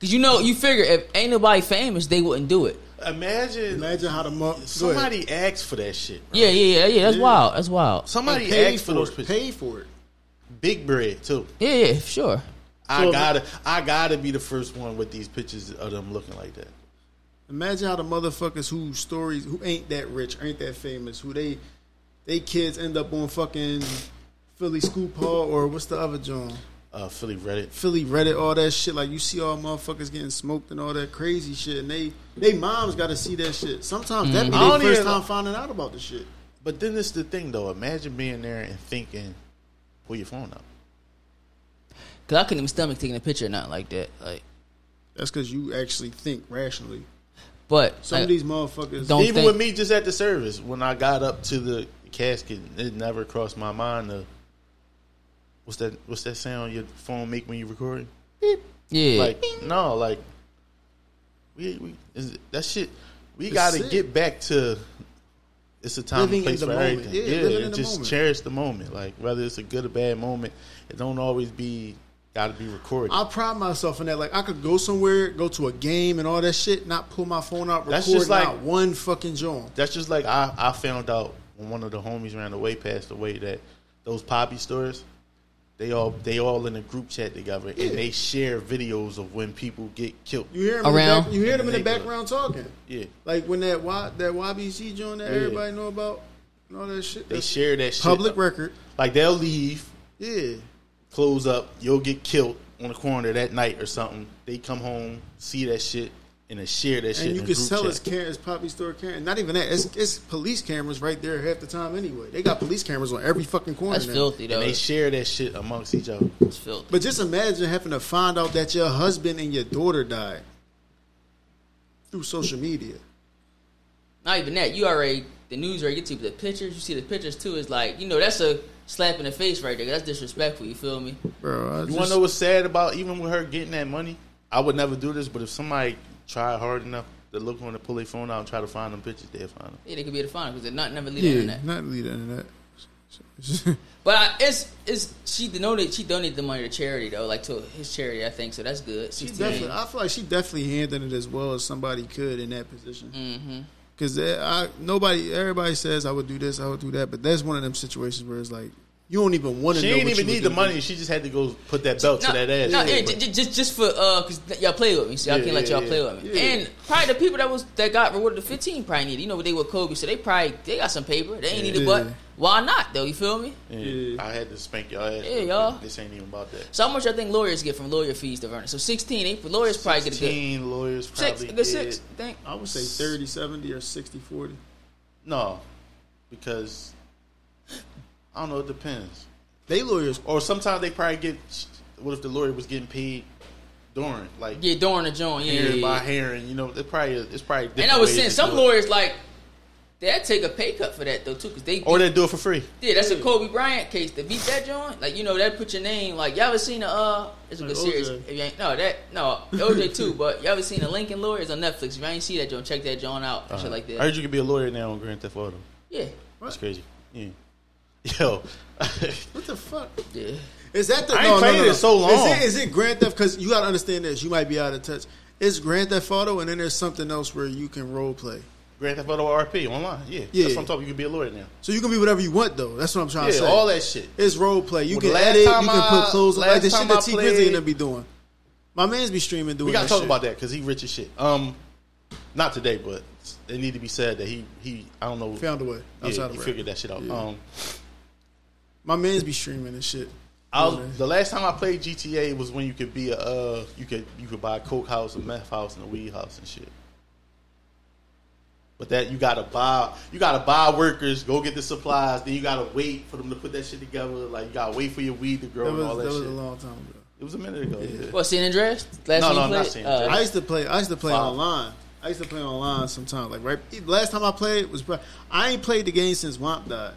B: because you know, you figure if ain't nobody famous, they wouldn't do it.
A: Imagine,
C: Imagine how the mo- go ahead.
A: somebody asked for that shit. bro.
B: Yeah, yeah, yeah, yeah. That's
C: Yeah.
B: wild. That's wild.
A: Somebody
C: Paid
A: asked
C: for
A: for those
C: it.
A: pictures.
C: Paid for it.
A: Big bread too.
B: Yeah, yeah, sure.
A: I
C: So-
A: gotta, I gotta be the first one with these pictures of them looking like that.
C: Imagine how the motherfuckers who stories who ain't that rich, ain't that famous, who they they kids end up on fucking Philly Scoop Hall or what's the other joint?
A: Uh, Philly Reddit.
C: Philly Reddit, all that shit. Like you see all motherfuckers getting smoked and all that crazy shit, and they they moms got to see that shit. Sometimes that be
A: Mm-hmm. I
C: their
A: don't
C: first
A: even-
C: time finding out about the shit.
A: But then it's the thing though. Imagine being there and thinking, pull your phone out.
B: Because I couldn't even stomach taking a picture or nothing like that. Like,
C: That's because you actually think rationally.
B: but
C: Some
B: like,
C: of these motherfuckers
B: Don't
A: Even
B: think-
A: with me, just at the service, when I got up to the casket, it never crossed my mind to. What's that? What's that sound your phone make when you record?
B: yeah,
A: Like no, like we we is, that shit. We
C: It's
A: got to
C: sick.
A: get back to. It's a time
C: Living in
A: and place
C: the
A: for
C: moment.
A: everything.
C: Yeah,
A: Yeah,
C: living in
A: and
C: the
A: just
C: moment.
A: cherish the moment. Like whether it's a good or bad moment, it don't always be got to be recorded.
C: I pride myself in that. Like I could go somewhere, go to a game and all that shit, not pull my phone out, record
A: That's just like-
C: not one fucking joint.
A: That's just like I, I found out when one of the homies ran away passed away that those poppy stores, they all they all in a group chat together
C: Yeah.
A: and they share videos of when people get killed.
C: You hear him In
B: Around.
C: the back, you hear them in the
A: They go.
C: background talking.
A: Yeah.
C: Like when that y, that YBC joint that
A: Yeah.
C: everybody know about and all that shit.
A: They
C: that's
A: share that shit.
C: public record.
A: Like they'll leave,
C: Yeah.
A: close up, you'll get killed on the corner that night or something. They come home, see that shit, and they share that shit.
C: And you
A: in
C: can
A: group
C: tell
A: chat.
C: it's Karen, it's Poppy Store Karen. Not even that. It's, it's police cameras right there half the time anyway. They got police cameras on every fucking corner.
B: that's
C: now.
B: filthy though.
A: and they share that shit amongst each other.
B: It's filthy.
C: But just imagine having to find out that your husband and your daughter died through social media.
B: not even that. You already the news already gets you the pictures. You see the pictures too. It's like you know that's a slap in the face right there. That's disrespectful. You feel me?
C: Bro, I
A: You want to know what's sad about even with her getting that money? I would never do this, but if somebody tried hard enough to look on and pull their phone out and try to find them pictures, they'll find them.
B: Yeah, they could be the final because they're not never leave the
C: Yeah,
B: internet.
C: not leave the internet.
B: But I, it's it's she donated she donated the money to charity though, like to his charity, I think. So that's good.
C: She
B: 16.
C: definitely. I feel like she definitely handled it as well as somebody could in that position.
A: Mm-hmm.
C: Because I nobody, everybody says I would do this, I would do that, but that's one of them situations where it's like you don't even want to.
A: She
C: know
A: didn't
C: what
A: even
C: you would
A: need the
C: do.
A: money. She just had to go put that belt to that ass.
B: No,
A: Yeah,
B: yeah,
A: but-
B: ju- ju- just just for uh, cause th- y'all play with me, so y'all
A: Yeah,
B: can't let
A: yeah,
B: y'all
A: yeah.
B: play with me.
A: Yeah.
B: And probably the people that was that got rewarded the fifteen probably needed. You know, they were Kobe, so they probably they got some paper. They ain't need
C: Yeah.
B: a butt. Why not though? You feel me?
A: yeah.
C: Yeah.
A: I had to spank your ass.
B: Yeah, y'all.
A: This ain't even about that.
B: So how much I think lawyers get from lawyer fees to earn it? So sixteen, they, lawyers probably get a good
A: Teen lawyers
B: six,
A: probably
B: a good
A: did.
B: six. I think
C: I would say 30, 70 or 60, 40.
A: No, because I don't know. It depends.
C: They lawyers.
A: Or sometimes they probably get. What if the lawyer was getting paid during, like
B: yeah, during the joint, yeah, yeah,
A: hearing by
B: yeah.
A: hearing? You know, it probably it's probably.
B: And
A: different
B: I was
A: ways
B: saying
A: to
B: some
A: do it.
B: lawyers like they'll take a pay cut for that though too, because they
A: or they do it for free.
B: Yeah, that's a Kobe Bryant case to beat that joint. Like you know that put your name. Like y'all ever seen a uh? It's a good
C: Like
B: series.
C: OJ.
B: If you ain't no that no OJ too, but y'all ever seen the Lincoln Lawyers on Netflix? If you ain't see that joint, check that joint out and shit like
A: I
B: that.
A: heard Uh, you could be a lawyer now on Grand Theft Auto.
B: Yeah,
A: That's
C: What?
A: crazy. Yeah. Yo,
C: What the fuck?
B: yeah.
C: Is that the
A: I ain't played it so long.
C: Is it, is it Grand Theft? Because you got to understand this. You might be out of touch. It's Grand Theft Auto, and then there's something else where you can role play.
A: Grand Theft Auto RP online. Yeah,
C: Yeah.
A: that's what I'm talking. You could be a lawyer now.
C: So you can be whatever you want, though. That's what I'm trying
A: Yeah,
C: to say.
A: all that shit.
C: It's role play. You
A: Well,
C: can
A: the last
C: edit. You
A: time
C: can put
A: I-
C: clothes on. Like
A: last
C: the shit
A: time
C: that
A: I
C: T Grizzly
A: played-
C: gonna be doing. My man's be streaming doing.
A: We gotta
C: that
A: talk
C: shit.
A: about that because he rich as shit. Um, not today, but it need to be said that he he I don't know
C: Found a way. Outside
A: yeah,
C: of
A: he
C: rap.
A: figured that shit out.
C: Yeah.
A: Um,
C: My man's be streaming and shit.
A: I
C: Doing
A: was,
C: that.
A: the last time I played GTA was when you could be a uh, you could you could buy a coke house, a meth house, and a weed house and shit. But that you gotta buy you gotta buy workers, go get the supplies, then you gotta wait for them to put that shit together. Like you gotta wait for your weed to grow
C: That
A: and all
C: was,
A: that,
C: that was
A: shit.
C: a long time ago.
A: it was a minute ago. yeah.
B: What San Andreas?
A: No,
B: Last time
A: no, not
B: you played?
A: San
B: Uh,
A: Andreas.
C: I used to play. I used to play
A: Wow.
C: online. I used to play online sometimes. Like right, last time I played was pro- I ain't played the game since Womp died,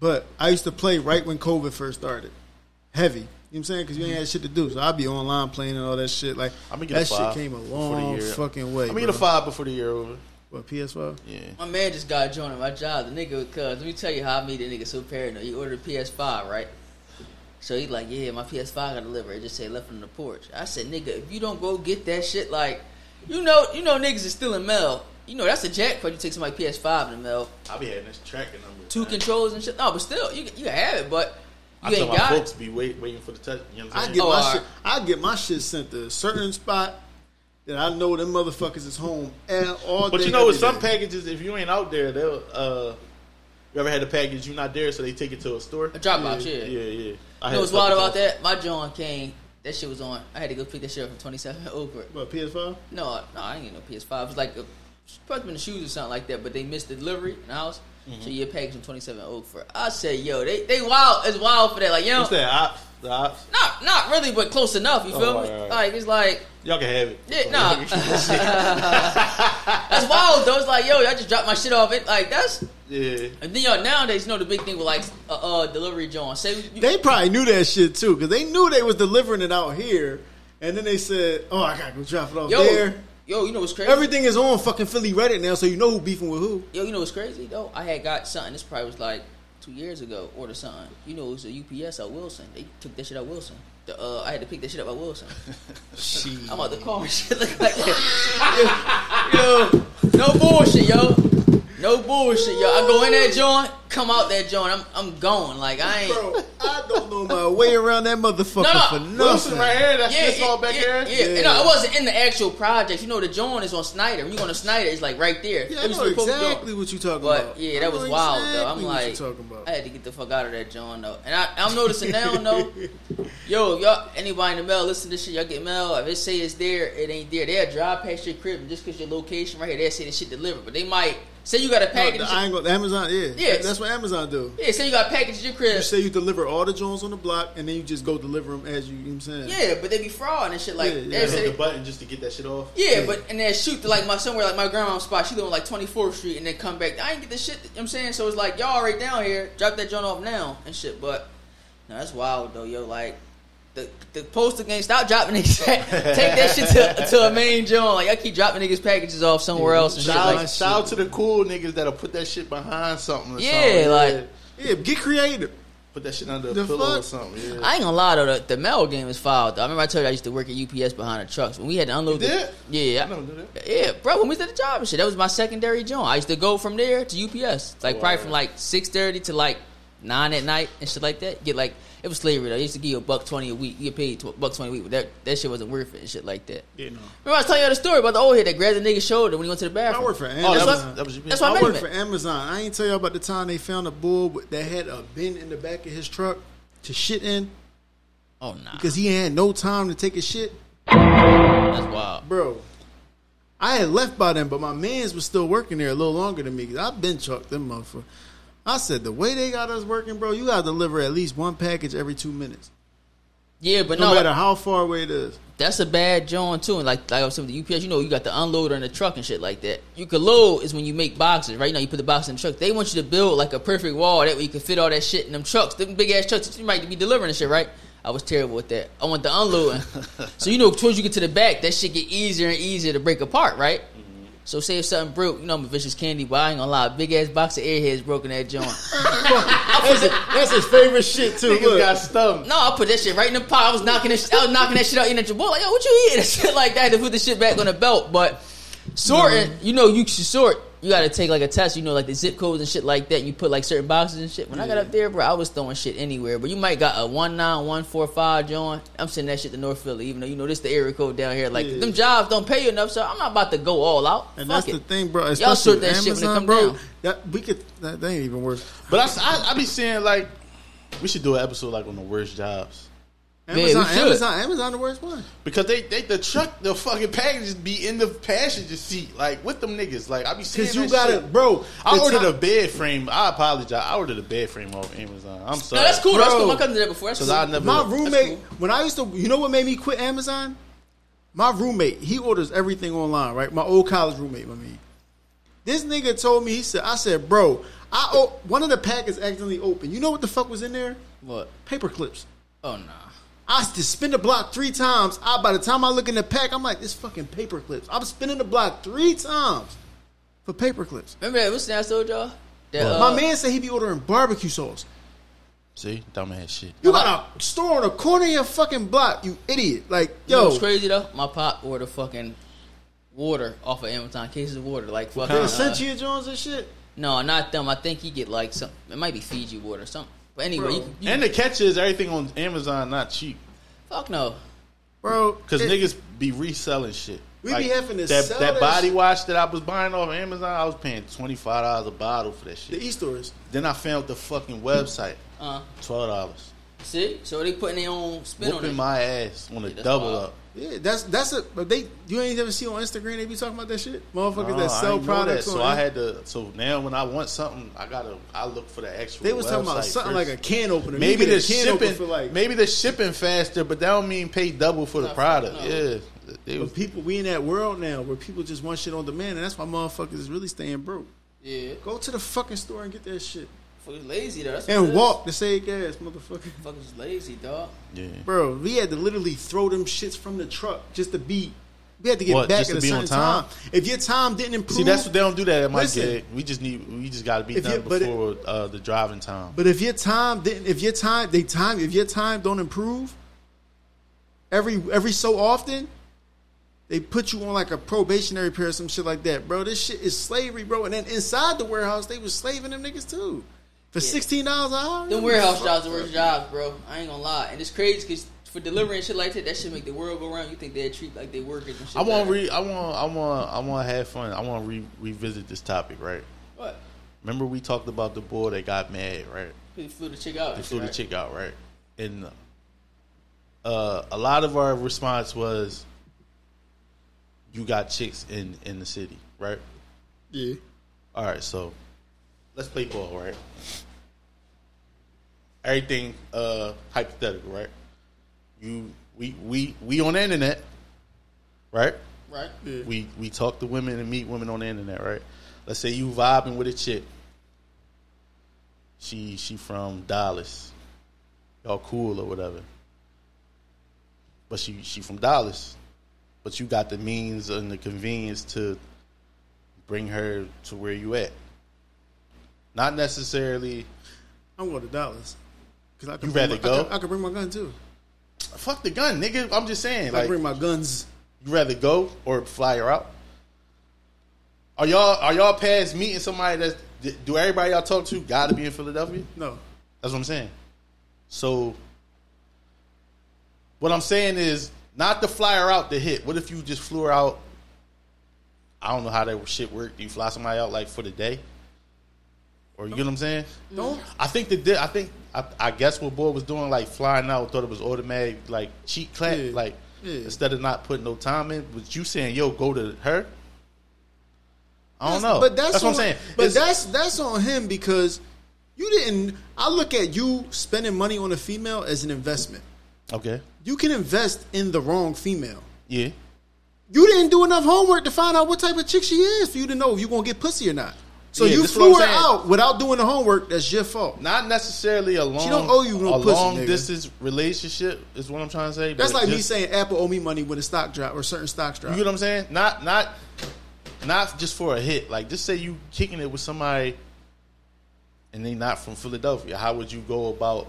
C: but I used to play right when COVID first started, heavy. You know what I'm saying? Because you ain't had shit to do, so I'd be online playing and all that shit. Like
A: I'm gonna get
C: that
A: a five
C: shit came a
A: before the
C: long
A: year.
C: fucking way.
A: I'm gonna get a
C: bro.
A: five before the year over.
C: What PS5?
A: Yeah.
B: my man just got joined at my job. The nigga, cuz let me tell you how I made the nigga so paranoid. He ordered a PS5, right? So he like, yeah, my PS5 got delivered. It just say left on the porch. I said, nigga, if you don't go get that shit, like, you know, you know, niggas is stealing mail. You know, that's a jackpot. You take somebody PS5 in the mail,
A: I'll be having this tracking number.
B: two
A: man.
B: controls and shit. No, but still, you you can have it, but
A: I
B: you
A: tell
B: ain't
A: my
B: got
A: folks
B: it.
A: to be wait, waiting for the touch. You know what
C: I
A: I'm
C: get
A: saying?
B: Oh,
C: my
B: alright.
C: shit. I get my shit sent to a certain spot that I know them motherfuckers is home and all.
A: but
C: day,
A: you know, with
C: every
A: some
C: day.
A: packages, if you ain't out there, they'll. Uh, you ever had a package you not there, so they take it to a store?
B: A Dropbox,
A: yeah,
B: yeah.
A: yeah. yeah. I
B: You
A: had
B: know
A: a
B: what's
A: couple
B: wild about
A: times.
B: that? My John came. That shit was on. I had to go pick that shit up from 27 over.
C: What, PS5.
B: No, no, I ain't get no PS5. It was like a, probably been the shoes or something like that, but they missed the delivery in the house.
A: Mm-hmm.
B: So your package from 27 Oak for. I say, yo, they they wild. It's wild for that. Like, you know,
A: What's that? Ops, the ops.
B: not not really, but close enough. You
A: Oh,
B: feel me?
A: alright, alright.
B: Like it's like
A: Y'all can have it.
B: yeah, nah. that's wild though. It's like yo, y'all just dropped my shit off. It like that's
A: yeah.
B: and then y'all nowadays you know the big thing with like uh, uh delivery John. Say you,
C: They probably knew that shit too, because they knew they was delivering it out here, and then they said, "Oh, I gotta go drop it off
B: yo
C: there."
B: yo, you know what's crazy?
C: Everything is on fucking Philly Reddit now, so you know who beefing with who.
B: Yo, you know what's crazy though? I had got something. This probably was like two years ago, ordered something. You know, it was a UPS at Wilson. They took that shit at Wilson. The, uh, I had to pick that shit up at Wilson. I'm out the car and shit like that. yo, no bullshit, yo. No bullshit, yo. I go in that joint, come out that joint. I'm I'm gone. Like I ain't.
C: Bro, I don't know my way around that motherfucker
B: No, no.
C: for nothing.
A: Wilson right here. That's
B: Yeah,
A: this
B: yeah,
A: all back
B: yeah,
A: here.
B: yeah.
C: Yeah.
B: No, it wasn't in the actual project. You know, the joint is on Snyder. When you go to Snyder, it's like right there.
C: Yeah, I
B: It was
C: know
B: supposed to go-
C: exactly what you talking
B: But
C: about.
B: yeah,
C: I
B: that was
C: know
B: wild though. I'm
C: exactly what you
B: like,
C: talking about.
B: I had to get the fuck out of that John though. And I, I'm noticing now though, yo, y'all, anybody in the mail, listen to this shit. Y'all get mail. If it say it's there, it ain't there. They'll drive past your crib and just cause your location right here, they'll say the shit delivered. But they might say you got a
C: No,
B: package.
C: the, I ain't gonna, the Amazon, yeah,
B: Yes.
C: that's what Amazon do.
B: yeah, say you got a package at your crib.
C: You say you deliver all the Jones on the block, and then you just go deliver them as you. You know what I'm saying?
B: Yeah, but they be fraud and shit like.
C: Yeah,
B: they'll
C: yeah.
A: I hit
B: say-
A: the button just to get that shit off.
B: Yeah, but and then shoot to like my somewhere like my grandma's spot. She live on like 24th Street, and then come back. I ain't get the shit. You know what I'm saying so. It's like y'all right down here. Drop that joint off now and shit. But no, that's wild though, yo. Like The, the poster game, stop dropping niggas. Take that shit to, to a main joint. Like, y'all keep dropping niggas packages off somewhere else and shit.
A: Shout,
B: Like,
A: shout out to the cool niggas that'll put that shit behind something. Or
B: Yeah,
A: something.
B: like-
C: Yeah, get creative.
A: put that shit under a
C: The
A: pillow or
C: fuck?
A: something. Yeah.
B: I ain't gonna lie though, the, the mail game is foul. Though. I remember I told you I used to work at UPS behind the trucks when we had to unload.
A: You
B: the,
A: did?
B: Yeah,
A: I never knew that.
B: Yeah, bro, when we did the job and shit, that was my secondary job. I used to go from there to UPS, like probably
A: Wow.
B: from like six thirty to like nine at night and shit like that. Get like it was slavery. though. They used to give you a buck twenty a week. You get paid tw- buck twenty a week, but that that shit wasn't worth it and shit like that.
C: You know.
B: Remember I was telling you the story about the old head that grabbed the nigga's shoulder when he went to the bathroom.
C: I work for
A: Oh,
C: Amazon.
A: that
B: that's
A: was,
B: what-
A: that was UPS.
B: that's what I
C: I
B: meant.
C: worked for Amazon. I ain't tell you about the time they found a bull with- that had a bin in the back of his truck to shit in
B: Oh nah,
C: because he had no time to take a shit,
B: that's wild.
C: bro. I had left by then, but my man's was still working there a little longer than me. i I've been chucked them motherfucker. I said the way they got us working, bro, you gotta deliver at least one package every two minutes,
B: Yeah, but
C: no,
B: no,
C: matter how far away it is.
B: that's a bad joint too. And like like I was saying with the UPS, you know, you got the unloader in the truck and shit like that. You could load is when you make boxes, right? You know, you put the box in the truck. They want you to build like a perfect wall that way you can fit all that shit in them trucks, them big ass trucks. that You might be delivering and shit, right? I was terrible at that. I went to unloading, so you know, towards you get to the back, that shit get easier and easier to break apart, right?
C: Mm-hmm.
B: So say if something broke, you know I'm a vicious candy, but I ain't gonna lie, big ass box of airheads broken that joint.
C: That's, that's his favorite shit too.
A: Niggas
C: Look.
A: got stumped.
B: No, I put that shit right in the pot. I was knocking that shit, I was knocking that shit out in at your boy. Like, yo, what you eating? And shit like that. To put the shit back on the belt. But sorting,
C: Mm-hmm.
B: you know, you should sort. You got to take like a test. You know, like the zip codes and shit like that. You put like certain boxes and shit. When I got up there, bro, I was throwing shit anywhere. But you might got a one nine one four five joint. I'm sending that shit to North Philly, even though you know this the area code down here. Like
C: Yeah.
B: them jobs don't pay you enough, so I'm not about to go all out.
C: And
B: Fuck
C: that's the
B: it.
C: thing, bro. Especially
B: Y'all sort that
C: with
B: shit when it
C: Amazon,
B: come
C: bro.
B: down.
C: That we could. That, that ain't even worth.
A: But I, s- I- I be seeing like we should do an episode like on the worst jobs
B: we
C: Amazon,
B: should.
C: Amazon, Amazon, the worst one.
A: because they they the truck the fucking packages be in the passenger seat like with them niggas like I be seeing
C: Cause you
A: that
C: got
A: shit.
C: it, bro.
A: I
C: the
A: ordered
C: ti-
A: a bed frame. I apologize. I ordered a bed frame off Amazon. I'm sorry.
B: no, that's cool. That's
C: Bro.
B: cool. My cousin did that before. That's
A: Cause
B: cool.
A: I never
C: My
A: that's
C: roommate,
A: cool.
C: when I used to, you know what made me quit Amazon? My roommate, he orders everything online, right? My old college roommate, I mean. This nigga told me, he said, I said, bro, I o- one of the packets accidentally opened. You know what the fuck was in there?
B: What?
C: Paper clips.
B: Oh nah.
C: I used to spin the block three times. I by the time I look in the pack, I'm like, this fucking paper clips. I'm spinning the block three times for paper clips.
B: Remember that? What's that I told y'all? That, uh,
C: My man said he be ordering barbecue sauce.
A: See, dumbass shit.
C: You got a store on the corner of your fucking block, you idiot. Like,
B: Yo,
C: yo,
B: it's crazy though. My pop ordered fucking water off of Amazon, cases of water, like fucking.
C: they
B: uh,
C: sent you Jones and shit.
B: no, not them. I think he get like some. It might be Fiji water, or something. But anyway, you, you,
A: And the catch is everything on Amazon not cheap
B: fuck no.
C: Bro,
A: because
C: it-
A: niggas be reselling shit.
C: We be having to
A: that,
C: sell
A: that
C: that
A: body
C: shit.
A: wash that I was buying off Amazon. I was paying twenty five dollars a bottle for that
C: the
A: shit.
C: e stores.
A: Then I found the fucking website,
B: Uh,
A: twelve dollars,
B: see, so they putting their own spin on it.
A: whooping my ass on a
B: that's
A: double
B: wild.
A: up.
C: Yeah, that's that's a but they you ain't ever see on Instagram they be talking about that shit. Motherfuckers
A: Nah,
C: that
A: Oh, I
C: sell
A: ain't know
C: products
A: that,
C: on
A: so I had to. So now when I want something, I gotta. I look for the actual.
C: they was talking about
A: website
C: something
A: first.
C: like a can opener.
A: Maybe
C: You get
A: the
C: a can opener
A: shipping,
C: for like
A: maybe the shipping faster, but that don't mean pay double for the
B: Nah,
A: product.
B: fuck
A: Yeah, They was-
C: but people we in that world now where people just want shit on demand and that's why motherfuckers is really staying broke.
B: Yeah,
C: Go to the fucking store and get that shit.
B: fuckers lazy though. That's what it
C: And
B: is.
C: walk to save gas, motherfucker.
B: Fuckers lazy dog.
A: yeah.
C: Bro, we had to literally throw them shits from the truck just to be we had to get
A: What,
C: back
A: just to
C: at a
A: be on
C: certain
A: time?
C: time? If your time didn't improve
A: See, that's what they don't do that at my
C: Listen.
A: gig. We just need, we just got to be
C: If
A: done
C: you- but it-
A: before uh, the driving time.
C: But if your time didn't, if your time, they time, if your time don't improve, every every so often, they put you on like a probationary period, or some shit like that, bro. This shit is slavery, bro. And then inside the warehouse, they was slaving them niggas too for sixteen dollars an hour.
B: Them warehouse jobs are worse jobs, bro. I ain't gonna lie, and it's crazy because for delivering shit like that, that should make the world go round. You think they treat like they workers and shit?
A: I want
B: better.
A: to re, I want, I want, I want to have fun. I want to re, revisit this topic, right?
B: what?
A: Remember we talked about the boy that got mad, right?
B: They flew the chick out.
A: They
B: and
A: flew
B: shit,
A: the
B: right?
A: chick out, right? And uh, a lot of our response was, "You got chicks in in the city, right?"
C: Yeah,
A: All right, so let's play ball, right? Everything uh hypothetical, right? You we we we on the internet, right?
B: Right.
A: We we talk to women and meet women on the internet, right? Let's say you vibing with a chick. She she from Dallas. Y'all cool or whatever. but she she from Dallas, but you got the means and the convenience to bring her to where you at. Not necessarily.
C: I'm going to Dallas. Cause I could
A: You
C: bring
A: rather
C: my- I
A: go?
C: could, I could bring my gun too.
A: Fuck the gun, nigga. I'm just saying.
C: I could
A: Like,
C: bring my guns.
A: you rather go or fly her out? Are y'all are y'all past meeting somebody that's do everybody y'all talk to gotta be in Philadelphia?
C: No,
A: That's what I'm saying. So what I'm saying is not to fly her out to hit. What if you just flew her out? I don't know how that shit worked. Do you fly somebody out like for the day? Or you get what I'm saying?
C: don't.
A: I think the di- I think I, I guess what boy was doing like flying out thought it was automatic like cheat clap
C: Yeah.
A: like
C: Yeah.
A: instead of not putting no time in. But you saying yo go to her? I don't know.
C: But that's,
A: what I'm
C: on-
A: saying.
C: But
A: It's-
C: that's that's on him because you didn't. I look at you spending money on a female as an investment.
A: okay.
C: You can invest in the wrong female.
A: Yeah.
C: You didn't do enough homework to find out what type of chick she is for you to know if you gonna get pussy or not. So
A: Yeah,
C: you
A: this what I'm
C: flew her
A: saying.
C: out without doing the homework. That's your fault.
A: Not necessarily a long
C: don't owe you no
A: a
C: pussy,
A: long
C: nigga.
A: distance relationship is what I'm trying to say.
C: That's
A: but
C: like me
A: just-
C: saying Apple owe me money when a stock drop or certain stocks drop.
A: You get what I'm saying? Not not not just for a hit. Like just say you kicking it with somebody and they not from Philadelphia. How would you go about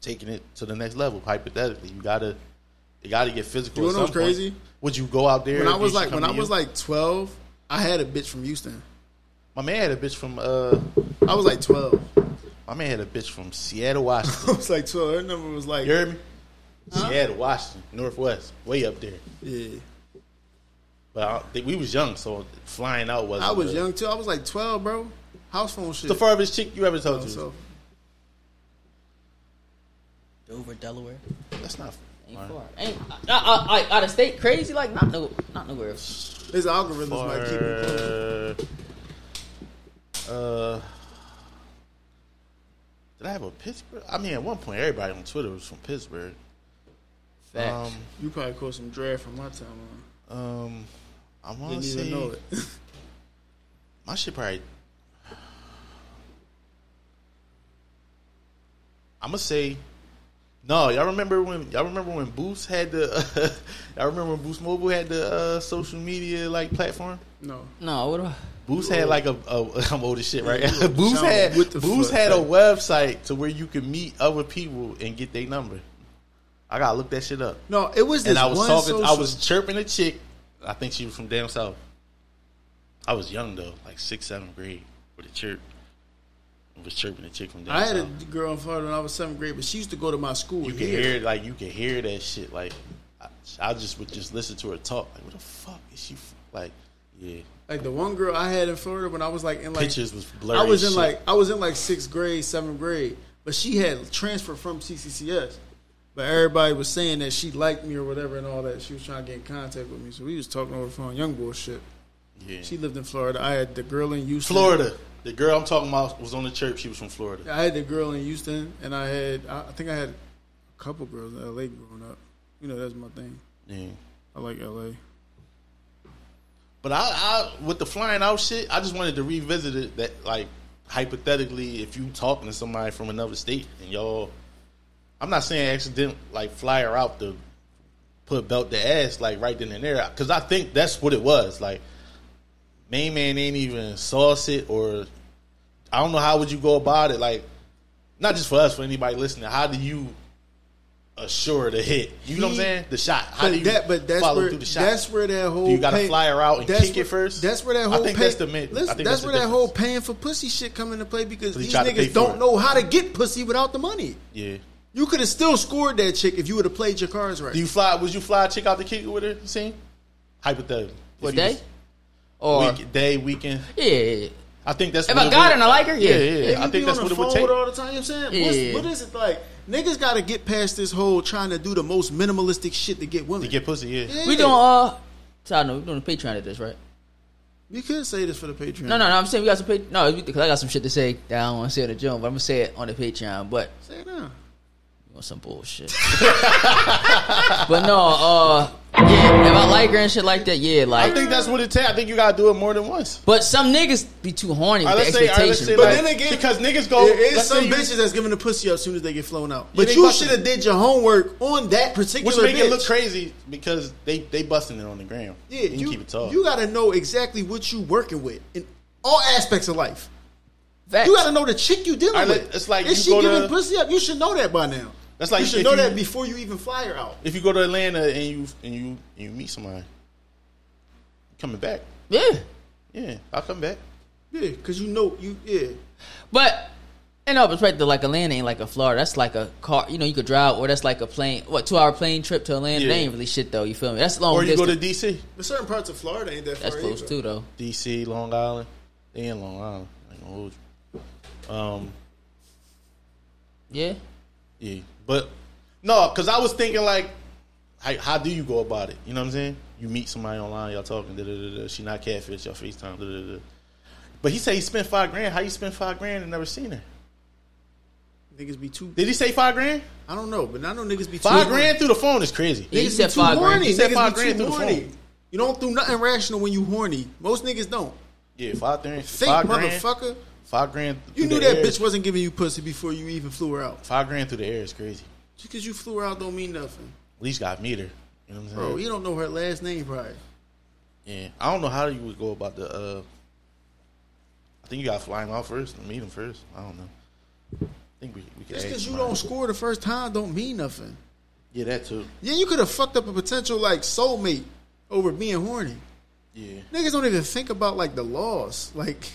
A: taking it to the next level? Hypothetically, you gotta you gotta get physical.
C: You
A: at
C: wanna know
A: some
C: what's
A: point.
C: crazy?
A: Would you go out there?
C: when I
A: if
C: was
A: she
C: like
A: come
C: when
A: to
C: I was
A: you?
C: like twelve, I had a bitch from Houston.
A: my man had a bitch from uh
C: I was like twelve.
A: my man had a bitch from Seattle, Washington.
C: I was like twelve. Her number was like
A: you heard me? Seattle, Washington, Northwest, way up there.
C: yeah.
A: But I, think we was young, so flying out was
C: I was young too. I was like twelve, bro. House phone shit.
A: The farthest chick you ever talked to?
C: So,
D: Dover, Delaware.
A: That's not.
D: Ain't
A: far.
D: far. Ain't I, I, I, out of state crazy like not no not nowhere.
C: his algorithms might keep him close.
A: Uh, uh, did I have a Pittsburgh? I mean, at one point, everybody on Twitter was from Pittsburgh.
B: Facts.
C: You probably caught some draft from my time on.
A: Um, um, I want
C: Didn't
A: to
C: even know
A: say
C: it.
A: my shit probably. I'm gonna say, no. Y'all remember when y'all remember when Boost had the y'all remember when Boost Mobile had the uh, social media like platform.
C: no.
B: No, what do I?
A: Boost had like a, a I'm old as shit, right?
C: Yeah, you old.
A: Boost
C: Shout
A: had
C: out with the
A: Boost
C: fuck,
A: had a
C: right?
A: website to where you could meet other people and get their number. I gotta look that shit up.
C: No, it was this
A: and I was
C: one
A: talking,
C: social.
A: I was chirping a chick. I think she was from down south. I was young though, like sixth, seventh grade with a chirp. I was chirping a chick from down
C: I had
A: south.
C: a girl in Florida when I was seventh grade, but she used to go to my school.
A: you can
C: here.
A: hear like you can hear that shit. Like I, I just would just listen to her talk. Like what the fuck is she? f- Like yeah,
C: Like the one girl I had in Florida when I was like in like
A: pictures was blurry.
C: I was in
A: as shit.
C: like I was in like sixth grade, seventh grade, but she had transferred from CCCS. But everybody was saying that she liked me or whatever and all that. She was trying to get in contact with me, so we was talking over the phone, young boy shit.
A: yeah.
C: She lived in Florida. I had the girl in Houston.
A: Florida. The girl I'm talking about was on the church. She was from Florida.
C: I had the girl in Houston, and I had I I think I had a couple girls in L.A. growing up. You know, that's my thing.
A: Yeah.
C: I like L.A.
A: But I, I, with the flying out shit, I just wanted to revisit it. That like hypothetically, if you talking to somebody from another state and y'all, I'm not saying accident like fly her out to put belt the ass like right then and there because I think that's what it was. Like main man ain't even sauce it or I don't know how would you go about it. Like not just for us, for anybody listening, how do you? Assure the hit, you know what I'm
C: He-
A: saying? The shot. How do
C: But
A: you
C: that, but that's
A: follow
C: where
A: through the shot?
C: that's where that whole
A: Do you got to
C: pay-
A: fly her out and
C: that's
A: kick
C: where-
A: it first?
C: That's where that whole
A: I think
C: pay-
A: that's the mid.
C: listen,
A: I think
C: that's,
A: that's,
C: where
A: the
C: that whole paying for pussy shit come into play because
A: he
C: these
A: tried to pay
C: niggas
A: for
C: don't
A: it.
C: know how to get pussy without the money.
A: difference. Yeah.
C: You could have still scored that chick if you would have played your cards right.
A: Do you fly? Would you fly a chick out the kick with her? You seen? Hypothetically.
B: What
A: If you
B: day?
A: was-
B: Or
A: week, day weekend.
B: yeah, yeah,
A: I think that's.
B: If
A: what
B: I
A: it
B: got
A: would-
B: her and I like her, yeah.
A: yeah.
C: If
A: I
C: you
A: think
C: be
A: that's
C: on
A: what
C: the
A: it would
C: phone
A: take.
C: all the time. You know what I'm saying? What's-
B: Yeah.
C: what is it like? Niggas got to get past this whole trying to do the most minimalistic shit to get women.
A: To get pussy, yeah.
B: yeah. We doing uh, so I know we doing a Patreon at this, right?
C: You could say this for the Patreon.
B: No, no, no. I'm saying we got some Patreon. No, because I got some shit to say that I don't want to say on the joint, but I'm gonna say it on the Patreon. But
C: Say it now.
B: on some bullshit. but no, uh, Yeah, if I like her and shit like that, yeah,
A: I
B: like.
A: think that's what it takes. I think you gotta do it more than once.
B: but some niggas be too horny
A: All
B: with
A: right, let's
B: the
A: say, all right, let's
B: expectation.
A: say
C: But
A: like-
C: then again,
A: because niggas go,
C: There is
A: Oh, let's say
C: some
A: you-
C: bitches that's giving the pussy up as soon as they get flown out. But
A: they
C: you
A: busting
C: should have did your homework on that particular
A: which make
C: bitch.
A: it look crazy because they they busting it on the ground.
C: Yeah,
A: you, can
C: you,
A: keep it tall.
C: you got to know exactly what you working with in all aspects of life.
B: Facts.
C: You got to know the chick you dealing
A: All right,
C: with.
A: it's like
C: if
A: you
C: she
A: go
C: giving
A: to-
C: pussy up, you should know that by now.
A: That's like
C: you should
A: if
C: know
A: you-
C: that before you even fly her out.
A: if you go to Atlanta and you and you you meet somebody coming back,
B: yeah.
A: yeah, I'll come back.
C: Yeah, because you know you. Yeah,
B: But in all perspective, like Atlanta ain't like a Florida. That's like a car. You know, you could drive, or that's like a plane. What two hour plane trip to Atlanta?
A: Yeah.
B: They ain't really shit though. You feel me? That's long
A: Or you
B: distance.
A: go to DC,
C: but certain parts of Florida ain't that
B: that's
C: far.
B: close
C: either.
B: too though.
A: DC, Long Island, they in Long Island. I ain't gonna hold you. Um,
B: Yeah.
A: yeah, but no, because I was thinking like, how, how do you go about it? You know what I'm saying? You meet somebody online, y'all talking, da da da da. She not catfish, y'all Facetime, da da da. But he said he spent five grand. How you spend five grand and never seen her?
C: Niggas be too.
A: Did he say five grand?
C: I don't know, but I know niggas be
A: Five
C: too
A: grand through the phone is crazy.
B: Yeah, you
C: Niggas
B: said
C: be too
B: five grand.
C: horny.
A: You said
C: Niggas
A: five
C: be
A: grand
C: too
A: through the
C: horny.
A: phone.
C: You don't do nothing rational when you horny. Most niggas don't.
A: Yeah, five grand.
C: Think,
A: five grand.
C: motherfucker.
A: Five grand.
C: You
A: through
C: knew
A: the
C: that
A: air is-
C: bitch wasn't giving you pussy before you even flew her out.
A: Five grand through the air is crazy.
C: Just because you flew her out don't mean nothing.
A: At least got meter. You know what I'm saying?
C: Bro, you don't know her last name probably.
A: Yeah, I don't know how you would go about the. uh I think you got to fly him out first and meet him first. I don't know. I think we, we could.
C: Just
A: ask
C: because you
A: somebody.
C: don't score the first time don't mean nothing.
A: Yeah, that too.
C: Yeah, you could have fucked up a potential like soulmate over being horny.
A: Yeah,
C: Niggas don't even think about like the laws. Like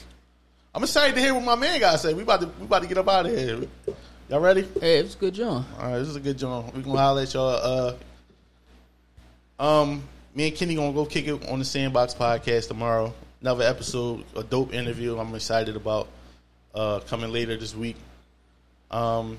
A: I'm excited to hear what my man got to say. We about to we about to get up out of here. Y'all ready?
B: Hey, it was a good, John.
A: All right, this is a good joint. We gonna holler at y'all. Uh, um, me and Kenny gonna go kick it on the Sandbox podcast tomorrow. Another episode, a dope interview. I'm excited about uh, coming later this week. Um,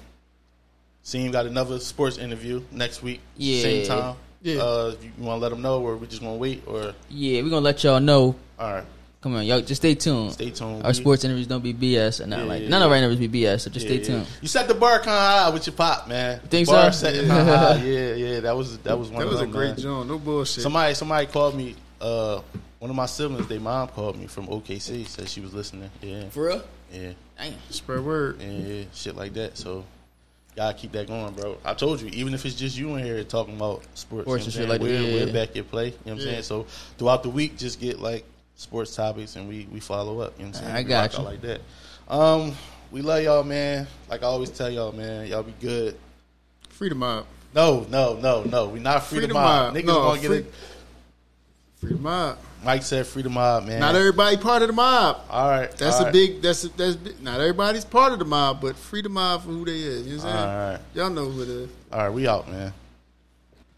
A: Seem got another sports interview next week.
B: Yeah.
A: same time.
C: Yeah.
A: Uh, you want to let them know, or we just gonna wait? Or
B: Yeah, we're gonna let y'all know.
A: all right,
B: Come on, y'all, just stay tuned.
A: Stay tuned.
B: Our sports interviews don't be BS or not
A: Yeah,
B: like
A: yeah,
B: none of
A: yeah.
B: our interviews be BS. So just stay
A: Yeah,
B: tuned.
A: yeah. You set the bar kind of high with your pop, man.
B: Think
A: bar
B: so?
A: set kinda high. Yeah, yeah. That was that was one.
C: that
A: of
C: was a
A: them, man.
C: great joint. No bullshit.
A: Somebody somebody called me. Uh, one of my siblings, their mom called me from OKC. Said she was listening. Yeah,
B: For real?
A: yeah,
B: Damn.
C: Spread word.
A: yeah, yeah, shit like that. So. Gotta keep that going, bro. I told you, even if it's just you in here talking about sports,
B: Sports and
A: you
B: shit
A: know what I'm
B: like
A: saying?
B: that,
A: we're,
B: yeah.
A: we're back at play. You know what I'm saying? So throughout the week, just get like sports topics and we we follow up. You know what I'm saying?
B: I
A: We
B: got
A: rock
B: you.
A: out like that. Um, we love y'all, man. Like I always tell y'all, man, y'all be good.
C: Freedom mob.
A: No, no, no, no. We not free,
C: Free
A: to
C: the
A: mob.
C: mob.
A: Niggas
C: No,
A: gonna
C: free-
A: get it.
C: Freedom mob.
A: Mike said free to mob, man.
C: Not everybody part of the mob.
A: All right.
C: That's
A: all
C: a
A: right.
C: big. That's a, that's big. not everybody's part of the mob, but free the mob for who they is. You know what I'm saying?
A: All right.
C: Y'all know who it is.
A: All right, we out, man.